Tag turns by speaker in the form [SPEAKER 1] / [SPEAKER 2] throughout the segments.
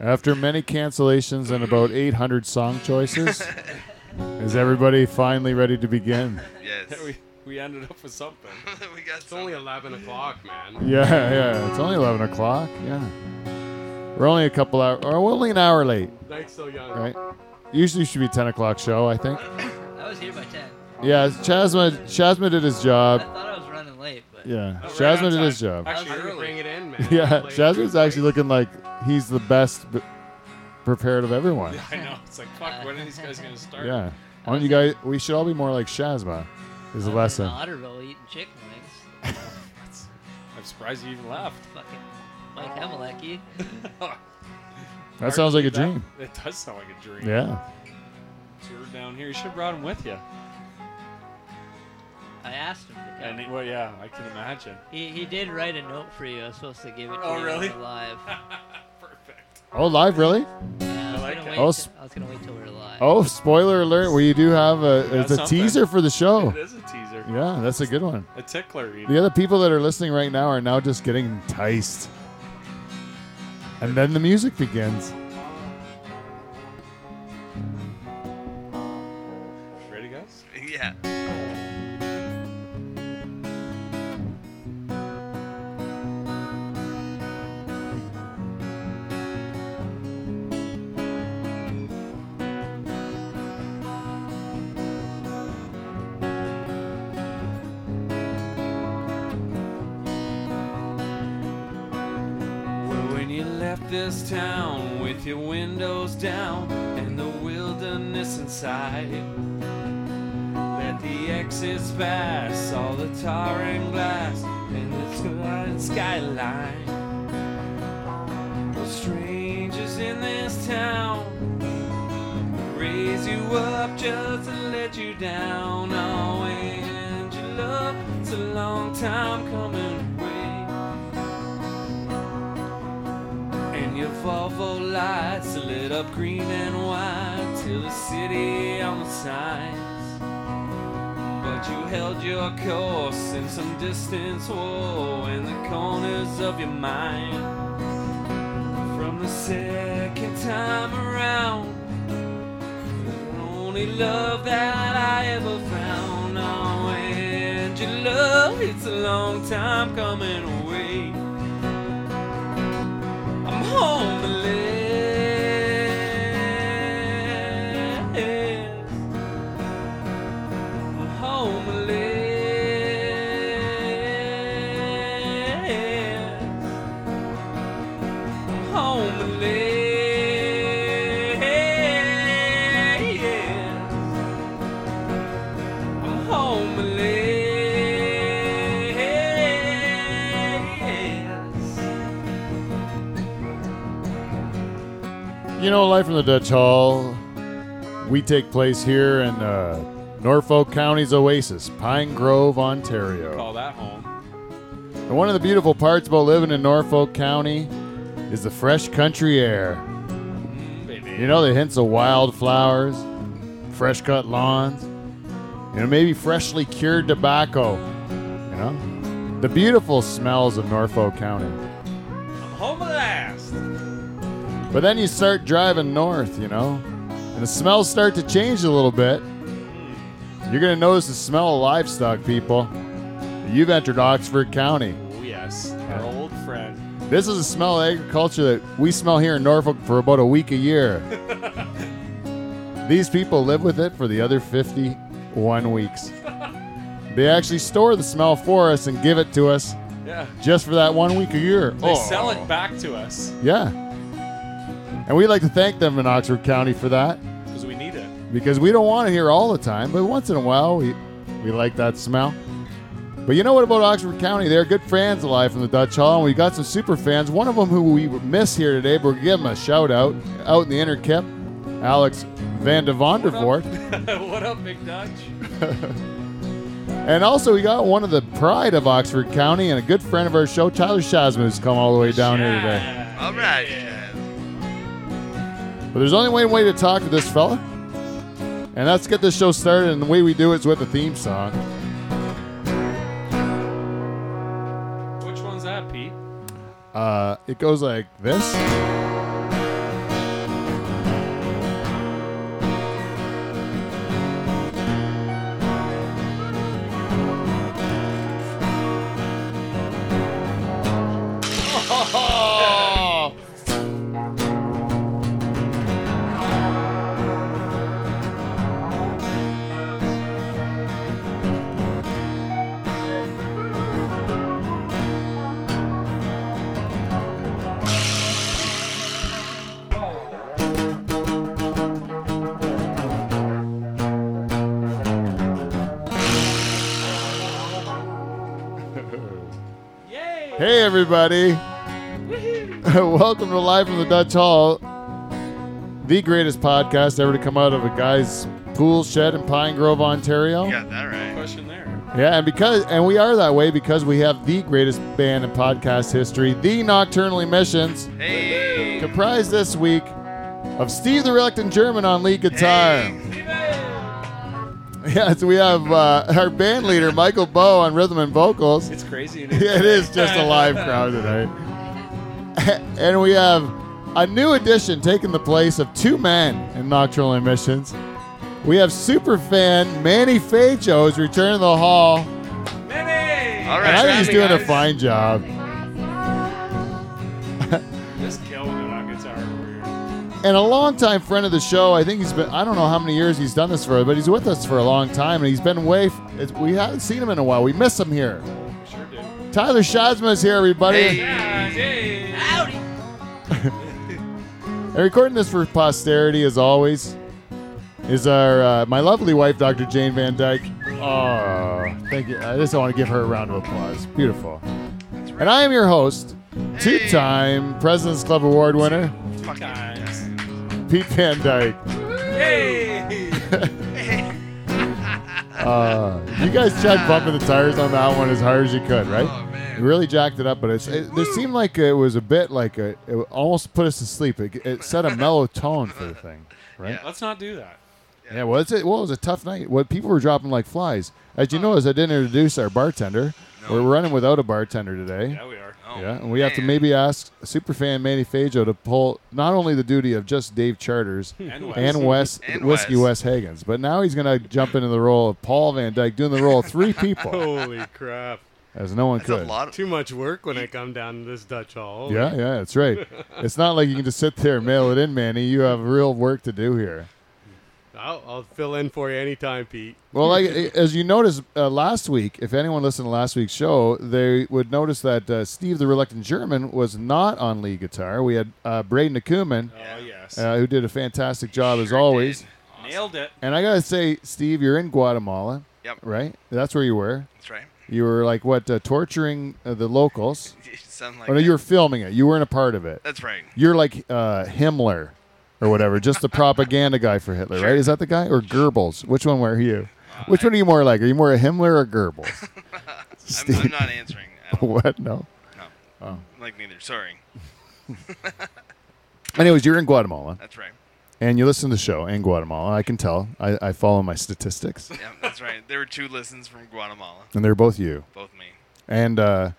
[SPEAKER 1] After many cancellations and about 800 song choices, is everybody finally ready to begin?
[SPEAKER 2] Yes.
[SPEAKER 3] we, we ended up with something.
[SPEAKER 2] we got
[SPEAKER 3] It's only 11 o'clock, man.
[SPEAKER 1] Yeah, yeah. It's only 11 o'clock. Yeah. We're only a couple hours, or we're only an hour late,
[SPEAKER 3] Thanks so young.
[SPEAKER 1] right? Usually should be 10 o'clock show, I think.
[SPEAKER 4] I was here by 10.
[SPEAKER 1] Yeah, Chasma, Chasma did his
[SPEAKER 4] I
[SPEAKER 1] job.
[SPEAKER 4] thought I was running late, but
[SPEAKER 1] Yeah,
[SPEAKER 3] Oh, right
[SPEAKER 1] Chasma
[SPEAKER 3] on
[SPEAKER 1] did his
[SPEAKER 3] time.
[SPEAKER 1] job.
[SPEAKER 3] Actually,
[SPEAKER 4] That
[SPEAKER 3] you're gonna
[SPEAKER 4] was early.
[SPEAKER 3] bring it in, man.
[SPEAKER 1] Yeah,
[SPEAKER 3] Like-
[SPEAKER 1] Jasmine's actually looking like he's the best b- prepared of everyone.
[SPEAKER 3] I know. It's like, fuck, when are these guys going to start?
[SPEAKER 1] Yeah. Why don't you guys, we should all be more like Shazma, is
[SPEAKER 4] I was
[SPEAKER 1] the
[SPEAKER 4] in
[SPEAKER 1] lesson.
[SPEAKER 4] Otterville eating chicken wings.
[SPEAKER 3] I'm surprised you even laughed.
[SPEAKER 4] Fucking Mike Hemelecki.
[SPEAKER 1] That sounds like a dream.
[SPEAKER 3] It does sound like a dream.
[SPEAKER 1] Yeah.
[SPEAKER 3] Tour down here. You should have brought him with you.
[SPEAKER 4] I asked him. To come.
[SPEAKER 3] And he, well, yeah, I can imagine.
[SPEAKER 4] He, he did write a note for you. I was supposed to give it to
[SPEAKER 3] Oh,
[SPEAKER 4] you
[SPEAKER 3] really?
[SPEAKER 4] when we were live.
[SPEAKER 3] Perfect.
[SPEAKER 1] Oh, live, really?
[SPEAKER 4] Yeah, I, was
[SPEAKER 3] like that.
[SPEAKER 4] gonna wait
[SPEAKER 1] Oh,
[SPEAKER 4] till-
[SPEAKER 1] s-
[SPEAKER 4] I was gonna wait till we were live.
[SPEAKER 1] Oh, spoiler alert. We do have a, it's a
[SPEAKER 3] something.
[SPEAKER 1] teaser for the show.
[SPEAKER 3] It is a teaser.
[SPEAKER 1] Oh. Yeah, that's a good one.
[SPEAKER 3] A tickler. Even.
[SPEAKER 1] The other people that are listening right now are now just getting enticed. And then the music begins.
[SPEAKER 3] Ready, guys?
[SPEAKER 2] Yeah.
[SPEAKER 3] Well, when you left this town with your windows down and the wilderness inside, let the exits pass, all the tar and glass and the skyline skyline. Well, strangers in this town raise you up just to let you down. Oh, and you love, it's a long time coming away. And your Volvo lights are lit up green and white till the city on the signs. But you held your course in some distance, whoa, in the corners of your mind. From the second time around, the only love that I ever found. Oh, and your love, it's a long time coming away. I'm homeless. I'm homeless. I'm homeless. I'm homeless.
[SPEAKER 1] You know, Life from the Dutch Hall, we take place here in uh, Norfolk County's oasis, Pine Grove, Ontario.
[SPEAKER 3] Call that home.
[SPEAKER 1] And one of the beautiful parts about living in Norfolk County is the fresh country air.
[SPEAKER 3] Mm, baby.
[SPEAKER 1] You know, the hints of wildflowers, fresh cut lawns, you know, maybe freshly cured tobacco. You know, the beautiful smells of Norfolk County.
[SPEAKER 3] I'm home at last.
[SPEAKER 1] But then you start driving north, you know, and the smells start to change a little bit. You're going to notice the smell of livestock, people. You've entered Oxford County.
[SPEAKER 3] Oh, yes. Our old friend.
[SPEAKER 1] This is a smell of agriculture that we smell here in Norfolk for about a week a year. These people live with it for the other 51 weeks. They actually store the smell for us and give it to us
[SPEAKER 3] Yeah.
[SPEAKER 1] just for that one week a year.
[SPEAKER 3] They sell it back to us
[SPEAKER 1] Yeah. And we'd like to thank them in Oxford County for that
[SPEAKER 3] because we need it.
[SPEAKER 1] because we don't want it here all the time, but once in a while we, we like that smell. But you know what about Oxford County? They're good fans alive from the Dutch Hall, and we got some super fans. One of them who we miss here today, but we're gonna give him a shout out out in the inner kip, Alex Van de Vondervoort.
[SPEAKER 3] what up, Big Dutch?
[SPEAKER 1] And also, we got one of the pride of Oxford County and a good friend of our show, Tyler Shazma, who's come all the way down here today.
[SPEAKER 2] All right.
[SPEAKER 1] But there's only one way to talk to this fella, and that's get this show started. And the way we do it is with a theme song.
[SPEAKER 3] Which one's that, Pete?
[SPEAKER 1] Uh, it goes like this.
[SPEAKER 5] Yay!
[SPEAKER 1] Hey, everybody. Welcome to Live from the Dutch Hall, the greatest podcast ever to come out of a guy's pool shed in Pine Grove, Ontario.
[SPEAKER 2] You got that right.
[SPEAKER 5] Question there.
[SPEAKER 1] Yeah, and because and we are that way because we have the greatest band in podcast history, the Nocturnal Emissions,
[SPEAKER 2] Hey.
[SPEAKER 1] comprised this week of Steve the Reluctant German on lead guitar. Yeah, so we have uh, our band leader Michael Bow on rhythm and vocals.
[SPEAKER 5] It's crazy. It
[SPEAKER 1] Yeah, it is just a live crowd tonight. and we have a new addition taking the place of two men in Nocturnal Emissions. We have super fan Manny Fajo is returning to the hall.
[SPEAKER 5] Manny!
[SPEAKER 2] All
[SPEAKER 1] And
[SPEAKER 2] right,
[SPEAKER 1] I think he's
[SPEAKER 2] Hey,
[SPEAKER 1] doing a
[SPEAKER 5] guys.
[SPEAKER 1] fine job.
[SPEAKER 5] This killed it on guitar. We're-
[SPEAKER 1] And a longtime friend of the show. I think he's been, I don't know how many years he's done this for, but he's with us for a long time and he's been away. f- it's- We haven't seen him in a while. We miss him here.
[SPEAKER 5] we Sure did.
[SPEAKER 1] Tyler Shazma is here, everybody.
[SPEAKER 2] Hey.
[SPEAKER 5] Yeah, yay.
[SPEAKER 4] Howdy.
[SPEAKER 1] And recording this for posterity, as always, is our uh, my lovely wife, Dr. Jane Van Dyke. Oh, thank you. I just want to give her a round of applause. Beautiful. And I am your host, two time President's Club Award winner,
[SPEAKER 2] Fucking
[SPEAKER 5] Guys.
[SPEAKER 1] Pete Van Dyke.
[SPEAKER 5] Yay!
[SPEAKER 1] Uh, you guys tried bumping the tires on that one as hard as you could, right?
[SPEAKER 2] Oh, man.
[SPEAKER 1] You really jacked it up, but it's, it, there seemed like it was a bit like a, it almost put us to sleep. It, it set a mellow tone for the thing, right?
[SPEAKER 2] Yeah.
[SPEAKER 5] Let's not do that.
[SPEAKER 1] Yeah, well, it's, it, well, it was a tough night. Well, people were dropping like flies. As you know, as I didn't introduce our bartender,
[SPEAKER 2] No.
[SPEAKER 1] we're running without a bartender today.
[SPEAKER 5] Yeah, we are.
[SPEAKER 2] Oh,
[SPEAKER 1] yeah, and we have to
[SPEAKER 2] man.
[SPEAKER 1] maybe ask superfan Manny Fajo to pull not only the duty of just Dave Charters
[SPEAKER 5] And Wes.
[SPEAKER 1] and Wes
[SPEAKER 2] And
[SPEAKER 1] Whiskey Wes
[SPEAKER 2] Wes.
[SPEAKER 1] Higgins, but now he's going to jump into the role of Paul Van Dyke, doing the role of three people,
[SPEAKER 6] Holy crap.
[SPEAKER 1] as no one
[SPEAKER 2] Oh. That's
[SPEAKER 1] could.
[SPEAKER 2] a lot. Of,
[SPEAKER 6] Too much work when I come down to this Dutch hall.
[SPEAKER 1] Yeah, yeah, that's right. it's not like you can just sit there and mail it in, Manny. You have real work to do here.
[SPEAKER 6] I'll, I'll fill in for you anytime, Pete.
[SPEAKER 1] Well, like, as you noticed uh, last week, if anyone listened to last week's show, they would notice that uh, Steve the Reluctant German was not on lead guitar. We had uh, Braden Akuman,
[SPEAKER 5] Oh, yes.
[SPEAKER 1] uh, who did a fantastic job as
[SPEAKER 2] Sure
[SPEAKER 1] always.
[SPEAKER 2] did.
[SPEAKER 5] Nailed it.
[SPEAKER 1] And I got to say, Steve, you're in Guatemala,
[SPEAKER 2] Yep,
[SPEAKER 1] right? That's where you were.
[SPEAKER 2] that's right.
[SPEAKER 1] You were like, what, uh, torturing uh, the locals?
[SPEAKER 2] You sound like
[SPEAKER 1] Or no,
[SPEAKER 2] that.
[SPEAKER 1] you were filming it. You weren't a part of it.
[SPEAKER 2] That's right.
[SPEAKER 1] You're like uh, Himmler or whatever, just the propaganda guy for Hitler, right? Is that the guy or Goebbels? Which one were you? Which one are you more like? Are you more a Himmler or Goebbels?
[SPEAKER 2] I'm, I'm not answering. I don't,
[SPEAKER 1] what? No.
[SPEAKER 2] no.
[SPEAKER 1] Oh.
[SPEAKER 2] Like neither. Sorry.
[SPEAKER 1] Anyways, you're in Guatemala
[SPEAKER 2] That's right.
[SPEAKER 1] and you listen to the show in Guatemala. I can tell. I, I follow my statistics,
[SPEAKER 2] Yeah, that's right. There were two listens from Guatemala.
[SPEAKER 1] and they're both you.
[SPEAKER 2] Both me.
[SPEAKER 1] And uh,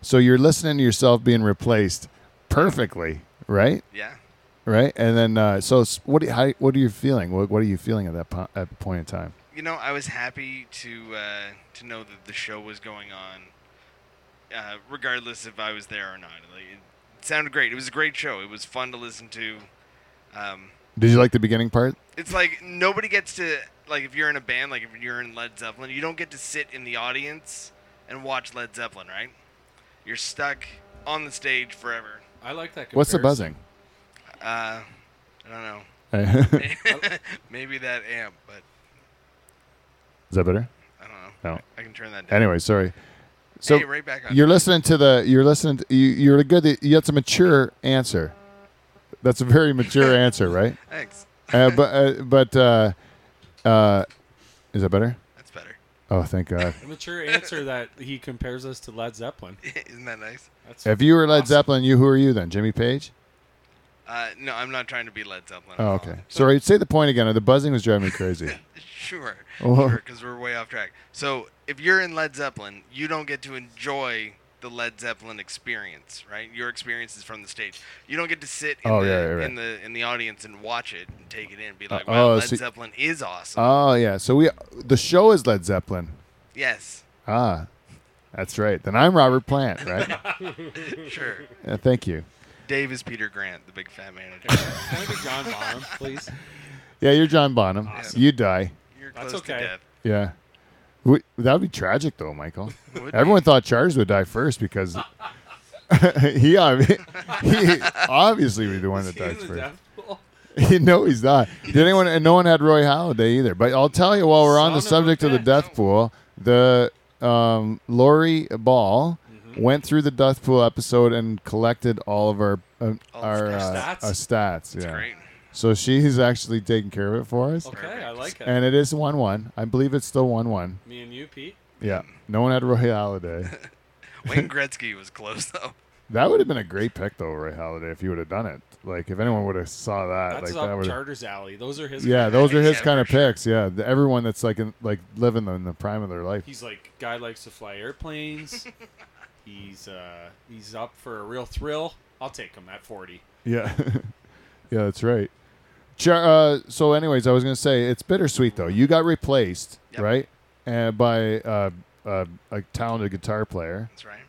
[SPEAKER 1] so you're listening to yourself being replaced perfectly, right?
[SPEAKER 2] Yeah.
[SPEAKER 1] Right. And then, uh, so s- what? do you- How, what are you feeling? What, what are you feeling at that po- at the point in time?
[SPEAKER 2] You know, I was happy to uh, to know that the show was going on, uh, regardless if I was there or not. Like, it sounded great. It was a great show. It was fun to listen to. Um,
[SPEAKER 1] Did you like the beginning part?
[SPEAKER 2] it's like nobody gets to like if you're in a band, like if you're in Led Zeppelin, you don't get to sit in the audience and watch Led Zeppelin, right? You're stuck on the stage forever.
[SPEAKER 5] I like that.
[SPEAKER 1] What's the
[SPEAKER 5] comparison.
[SPEAKER 1] buzzing?
[SPEAKER 2] Uh, I don't know.
[SPEAKER 1] Is
[SPEAKER 2] Maybe that amp, but
[SPEAKER 1] that better?
[SPEAKER 2] I don't know.
[SPEAKER 1] No.
[SPEAKER 2] I can turn that down.
[SPEAKER 1] Anyway, sorry. So
[SPEAKER 2] hey, right back on.
[SPEAKER 1] you're listening to the. You're listening. To, you, you're good. You That's a mature answer. That's a very mature answer, right?
[SPEAKER 2] Thanks.
[SPEAKER 1] uh, but uh, but uh, uh, is that better?
[SPEAKER 2] That's better.
[SPEAKER 1] Oh, thank God.
[SPEAKER 5] A mature answer that he compares us to Led Zeppelin.
[SPEAKER 2] Isn't that nice?
[SPEAKER 5] That's
[SPEAKER 1] If you were Led
[SPEAKER 5] awesome.
[SPEAKER 1] Zeppelin, you who are you then? Jimmy Page?
[SPEAKER 2] Uh, no, I'm not trying to be Led Zeppelin.
[SPEAKER 1] Oh, okay. Sorry, say the point again. The buzzing was driving me crazy.
[SPEAKER 2] Sure.
[SPEAKER 1] Oh.
[SPEAKER 2] Sure, because we're way off track. So if you're in Led Zeppelin, you don't get to enjoy the Led Zeppelin experience, right? Your experience is from the stage. You don't get to sit in,
[SPEAKER 1] Oh,
[SPEAKER 2] the,
[SPEAKER 1] yeah, yeah, right.
[SPEAKER 2] in the in the audience and watch it and take it in and be
[SPEAKER 1] Uh,
[SPEAKER 2] like, wow,
[SPEAKER 1] oh,
[SPEAKER 2] Led
[SPEAKER 1] so-
[SPEAKER 2] Zeppelin is awesome.
[SPEAKER 1] Oh yeah. So we the show is Led Zeppelin.
[SPEAKER 2] yes,
[SPEAKER 1] Ah, that's right. Then I'm Robert Plant, right?
[SPEAKER 2] sure.
[SPEAKER 1] Uh, thank you.
[SPEAKER 2] Dave is Peter Grant, the big fat manager.
[SPEAKER 5] Can I be John Bonham, please?
[SPEAKER 1] Yeah, you're John Bonham.
[SPEAKER 2] Awesome.
[SPEAKER 1] You die.
[SPEAKER 2] You're
[SPEAKER 6] That's
[SPEAKER 2] close
[SPEAKER 6] okay.
[SPEAKER 2] to death.
[SPEAKER 1] Yeah. W that would be tragic, though, Michael.
[SPEAKER 2] Would
[SPEAKER 1] Everyone thought Charles would die first because he, obvi- he obviously would be the one
[SPEAKER 5] Is
[SPEAKER 1] that
[SPEAKER 5] he in
[SPEAKER 1] dies
[SPEAKER 5] the
[SPEAKER 1] first.
[SPEAKER 5] death pool?
[SPEAKER 1] no, he's not. Did anyone? And no one had Roy Halladay either. But I'll tell you, while we're on the
[SPEAKER 5] Son of a
[SPEAKER 1] subject of the
[SPEAKER 5] bitch.
[SPEAKER 1] death pool, the um, Lori Ball
[SPEAKER 5] Mm-hmm.
[SPEAKER 1] went through the death pool episode and collected all of our um,
[SPEAKER 2] All
[SPEAKER 1] our,
[SPEAKER 2] the
[SPEAKER 1] uh,
[SPEAKER 5] stats?
[SPEAKER 1] our stats.
[SPEAKER 2] That's
[SPEAKER 1] yeah.
[SPEAKER 2] great.
[SPEAKER 1] So she's actually taking care of it for us.
[SPEAKER 5] Okay, I like it.
[SPEAKER 1] And it is one one. I believe it's still one one.
[SPEAKER 5] Me and you, Pete.
[SPEAKER 1] Yeah. No one had Roy Halladay.
[SPEAKER 2] Wayne Gretzky was close though.
[SPEAKER 1] That would have been a great pick though, Roy Halladay, if you would have done it. Like if anyone would have saw that,
[SPEAKER 5] That's
[SPEAKER 1] like that
[SPEAKER 5] up
[SPEAKER 1] would.
[SPEAKER 5] Charter's Alley. Those are his.
[SPEAKER 1] Yeah, those are his
[SPEAKER 2] Yeah,
[SPEAKER 1] kind of
[SPEAKER 2] for sure.
[SPEAKER 1] picks. Yeah, the, everyone that's like in, like living in the prime of their life.
[SPEAKER 5] He's like guy likes to fly airplanes. he's uh he's up for a real thrill. I'll take him at forty.
[SPEAKER 1] Yeah, yeah, that's right. Char- uh, so, anyways, I was gonna say it's bittersweet though. You got replaced,
[SPEAKER 2] Yep.
[SPEAKER 1] right, uh, by uh, uh, a talented guitar player,
[SPEAKER 2] That's right.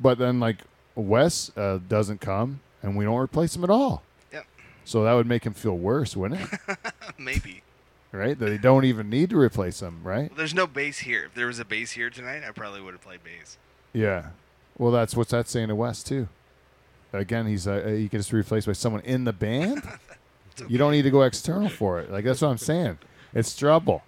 [SPEAKER 1] but then like Wes uh, doesn't come, and we don't replace him at all.
[SPEAKER 2] Yep.
[SPEAKER 1] So that would make him feel worse, wouldn't it?
[SPEAKER 2] Maybe.
[SPEAKER 1] right? That they don't even need to replace him, right?
[SPEAKER 2] Well, there's no bass here. If there was a bass here tonight, I probably would have played bass.
[SPEAKER 1] Yeah. Well, that's what's that saying to Wes too. Again, he's uh, he gets replaced by someone in the band. You don't need to go external for it. Like that's what I'm saying. It's trouble.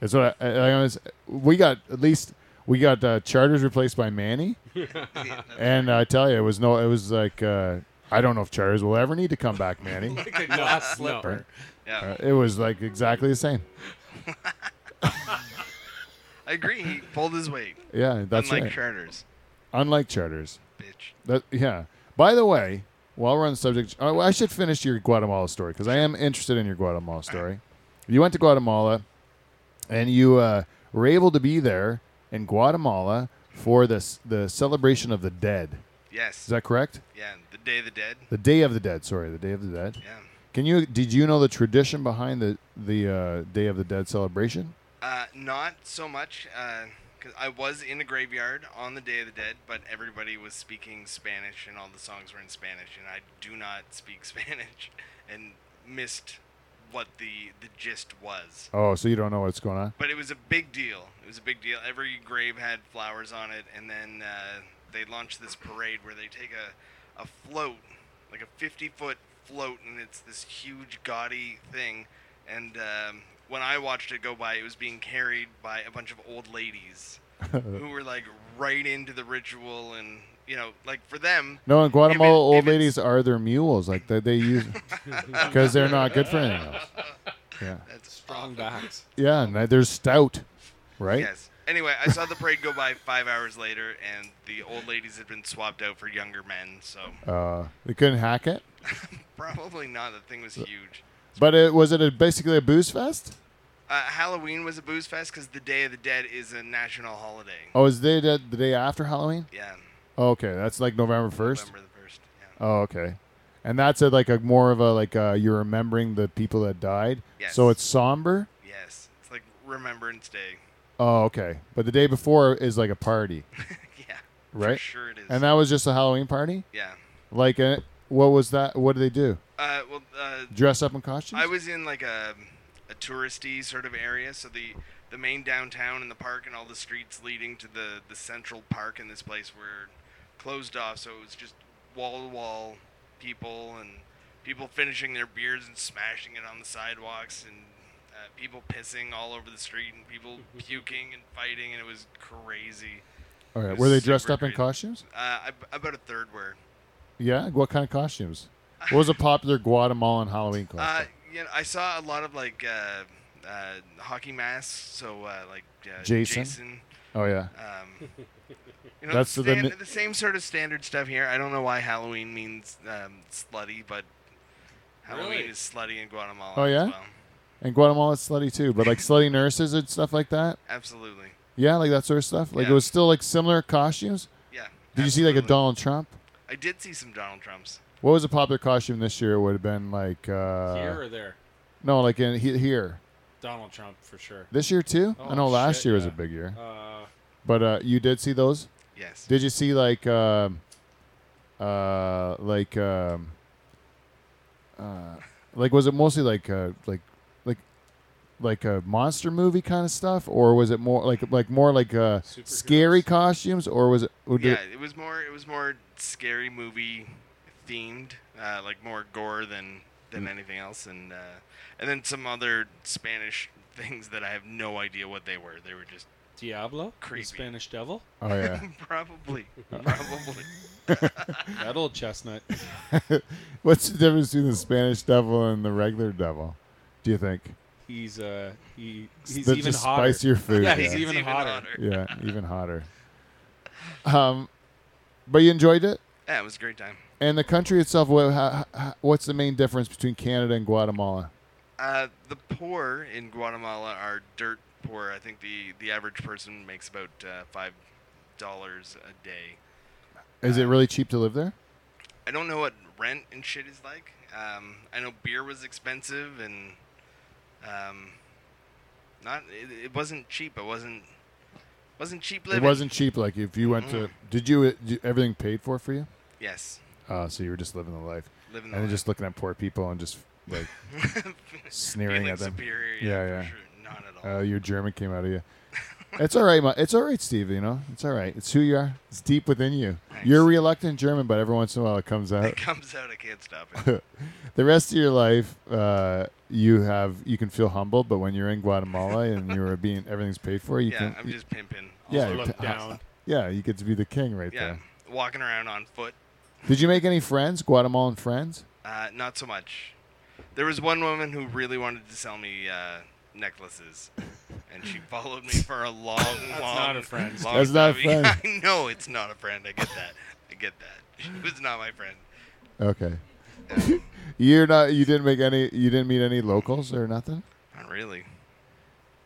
[SPEAKER 1] That's what I, I, I was. We got at least we got uh, charters replaced by Manny,
[SPEAKER 2] Yeah, that's-
[SPEAKER 1] and I tell you, it was no. It was like uh, I don't know if charters will ever need to come back, Manny.
[SPEAKER 5] Like a glass
[SPEAKER 6] no.
[SPEAKER 5] slipper.
[SPEAKER 2] yeah.
[SPEAKER 1] Uh, it was like exactly the same.
[SPEAKER 2] I agree. He pulled his weight.
[SPEAKER 1] Yeah, that's
[SPEAKER 2] unlike
[SPEAKER 1] right.
[SPEAKER 2] charters,
[SPEAKER 1] Unlike charters.
[SPEAKER 2] bitch.
[SPEAKER 1] That yeah. By the way, while we're on the subject, oh, I should finish your Guatemala story because I am interested in your Guatemala story. You went to Guatemala, and you uh, were able to be there in Guatemala for this the celebration of the dead.
[SPEAKER 2] Yes.
[SPEAKER 1] Is that correct?
[SPEAKER 2] yeah. The Day of the Dead.
[SPEAKER 1] The Day of the Dead. Sorry, the Day of the Dead.
[SPEAKER 2] Yeah.
[SPEAKER 1] Can you did you know the tradition behind the the uh, Day of the Dead celebration?
[SPEAKER 2] Uh, not so much. Uh 'cause I was in a graveyard on the Day of the Dead, but everybody was speaking Spanish, and all the songs were in Spanish, and I do not speak Spanish, and missed what the the gist was.
[SPEAKER 1] Oh, so you don't know what's going on?
[SPEAKER 2] But it was a big deal. It was a big deal. Every grave had flowers on it, and then uh, they launched this parade where they take a, a float, like a 50 foot float, and it's this huge, gaudy thing. And um, when I watched it go by, it was being carried by a bunch of old ladies who were like right into the ritual, and you know, like for them,
[SPEAKER 1] No, in Guatemala,
[SPEAKER 2] if
[SPEAKER 1] old
[SPEAKER 2] it's-
[SPEAKER 1] ladies are their mules. Like they, they use because they're not good for anything else. Yeah.
[SPEAKER 2] that's
[SPEAKER 5] Strong backs.
[SPEAKER 1] Yeah, and there's stout, right?
[SPEAKER 2] Yes. Anyway, I saw the parade go by five hours later, and the old ladies had been swapped out for younger men, so.
[SPEAKER 1] Uh, they couldn't hack it,
[SPEAKER 2] Probably not. The thing was huge.
[SPEAKER 1] but it was it a, basically a booze fest.
[SPEAKER 2] Uh, Halloween was a booze fest because the Day of the Dead is a national holiday.
[SPEAKER 1] Oh, is they the, the day after Halloween?
[SPEAKER 2] Yeah,
[SPEAKER 1] Oh, okay, that's like November first.
[SPEAKER 2] November the first. Yeah.
[SPEAKER 1] Oh, okay, and that's a, like a more of a like uh you're remembering the people that died.
[SPEAKER 2] Yes.
[SPEAKER 1] So it's somber.
[SPEAKER 2] Yes, it's like Remembrance Day.
[SPEAKER 1] Oh, okay, but the day before is like a party,
[SPEAKER 2] yeah,
[SPEAKER 1] right?
[SPEAKER 2] for sure it is.
[SPEAKER 1] And that was just a Halloween party.
[SPEAKER 2] yeah.
[SPEAKER 1] Like, uh, what was that? What did they do?
[SPEAKER 2] Uh, well, uh,
[SPEAKER 1] Dress up in costumes?
[SPEAKER 2] I was in like a a touristy sort of area, so the the main downtown and the park and all the streets leading to the the central park in this place were closed off, so it was just wall to wall people and people finishing their beers and smashing it on the sidewalks and uh, people pissing all over the street and people puking and fighting and it was crazy.
[SPEAKER 1] All right.
[SPEAKER 2] was
[SPEAKER 1] Were they dressed
[SPEAKER 2] super
[SPEAKER 1] up in
[SPEAKER 2] crazy.
[SPEAKER 1] costumes?
[SPEAKER 2] Uh, I, about a third were.
[SPEAKER 1] Yeah. What kind of costumes? What was a popular Guatemalan Halloween costume?
[SPEAKER 2] Uh, you know, I saw a lot of like uh, uh, hockey masks, so uh, like uh,
[SPEAKER 1] Jason?
[SPEAKER 2] Jason
[SPEAKER 1] oh yeah.
[SPEAKER 2] Um, you know,
[SPEAKER 1] That's
[SPEAKER 2] That's
[SPEAKER 1] the
[SPEAKER 2] the, stan-
[SPEAKER 1] ni-
[SPEAKER 2] the same sort of standard stuff here. I don't know why Halloween means um, slutty, but Halloween
[SPEAKER 5] Really?
[SPEAKER 2] is slutty in Guatemala.
[SPEAKER 1] Oh, yeah?
[SPEAKER 2] As well.
[SPEAKER 1] And Guatemala it's slutty too, but like slutty nurses and stuff like that.
[SPEAKER 2] Absolutely.
[SPEAKER 1] Yeah, like that sort of stuff. Like it
[SPEAKER 2] Yeah.
[SPEAKER 1] was still like similar costumes.
[SPEAKER 2] Yeah.
[SPEAKER 1] Did you see like a
[SPEAKER 2] Absolutely.
[SPEAKER 1] Donald Trump?
[SPEAKER 2] I did see some Donald Trumps.
[SPEAKER 1] What was a popular costume this year? Would have been like uh,
[SPEAKER 3] Here or there?
[SPEAKER 1] no, like in he, here
[SPEAKER 3] Donald Trump for sure.
[SPEAKER 1] this year too. I
[SPEAKER 3] Oh,
[SPEAKER 1] know last
[SPEAKER 3] shit,
[SPEAKER 1] year was a
[SPEAKER 3] yeah.
[SPEAKER 1] big year,
[SPEAKER 3] Uh,
[SPEAKER 1] but uh, you did see those.
[SPEAKER 2] Yes.
[SPEAKER 1] Did you see like um uh like um uh like was it mostly like uh like like like a monster movie kind of stuff or was it more like like more like uh scary
[SPEAKER 3] Superheroes.
[SPEAKER 1] costumes or was it or did
[SPEAKER 2] yeah,
[SPEAKER 1] it-
[SPEAKER 2] it was more it was more scary movie themed, uh, like more gore than than
[SPEAKER 1] Mm.
[SPEAKER 2] anything else, and uh, and then some other Spanish things that I have no idea what they were. They were just
[SPEAKER 3] Diablo,
[SPEAKER 2] Creepy.
[SPEAKER 3] the Spanish devil,
[SPEAKER 1] oh yeah
[SPEAKER 2] probably probably.
[SPEAKER 3] that old chestnut.
[SPEAKER 1] what's the difference between the spanish devil and the regular devil do you think
[SPEAKER 3] He's uh, he, he's
[SPEAKER 1] That's
[SPEAKER 3] even
[SPEAKER 1] just
[SPEAKER 3] hotter.
[SPEAKER 1] spicier food
[SPEAKER 3] Yeah,
[SPEAKER 1] yeah.
[SPEAKER 3] he's even hotter.
[SPEAKER 1] yeah even hotter um but you enjoyed it
[SPEAKER 2] Yeah, it was a great time.
[SPEAKER 1] And the country itself, what, how, how, what's the main difference between Canada and Guatemala?
[SPEAKER 2] Uh, the poor in Guatemala are dirt poor. I think the, the average person makes about uh, five dollars a day.
[SPEAKER 1] Is it really cheap to live there?
[SPEAKER 2] I don't know what rent and shit is like. Um, I know beer was expensive and um, not it, it wasn't cheap. It wasn't wasn't cheap living.
[SPEAKER 1] It wasn't cheap. Like if you went to, did you uh, did everything paid for for you?
[SPEAKER 2] Yes,
[SPEAKER 1] Uh, so you were just living the life,
[SPEAKER 2] living the
[SPEAKER 1] and then
[SPEAKER 2] life.
[SPEAKER 1] just looking at poor people and just like sneering
[SPEAKER 2] Feeling
[SPEAKER 1] at them.
[SPEAKER 2] superior.
[SPEAKER 1] Yeah,
[SPEAKER 2] for
[SPEAKER 1] yeah.
[SPEAKER 2] Sure. Not at all.
[SPEAKER 1] Uh, your German came out of you. it's all right, Ma- it's all right, Steve. You know, it's all right. It's who you are. It's deep within you.
[SPEAKER 2] Thanks.
[SPEAKER 1] You're reluctant German, but every once in a while it comes out.
[SPEAKER 2] it comes out. I can't stop it.
[SPEAKER 1] the rest of your life, uh, you have you can feel humble, but when you're in Guatemala and you're being everything's paid for, you
[SPEAKER 2] yeah,
[SPEAKER 1] can
[SPEAKER 2] I'm just pimping.
[SPEAKER 1] yeah, uh,
[SPEAKER 6] Also
[SPEAKER 1] you
[SPEAKER 6] look
[SPEAKER 1] can-
[SPEAKER 6] down.
[SPEAKER 1] yeah, you get to be the king right
[SPEAKER 2] Yeah,
[SPEAKER 1] there.
[SPEAKER 2] walking around on foot.
[SPEAKER 1] Did you make any friends, Guatemalan friends?
[SPEAKER 2] Uh, not so much. There was one woman who really wanted to sell me uh, necklaces, and she followed me for a long, long,
[SPEAKER 3] not a friend.
[SPEAKER 2] long
[SPEAKER 1] That's not a
[SPEAKER 2] time.
[SPEAKER 1] friend.
[SPEAKER 2] I know it's not a friend. I get that. I get that. She was not my friend.
[SPEAKER 1] Okay, you're not. You didn't make any. You didn't meet any locals or nothing.
[SPEAKER 2] Not really.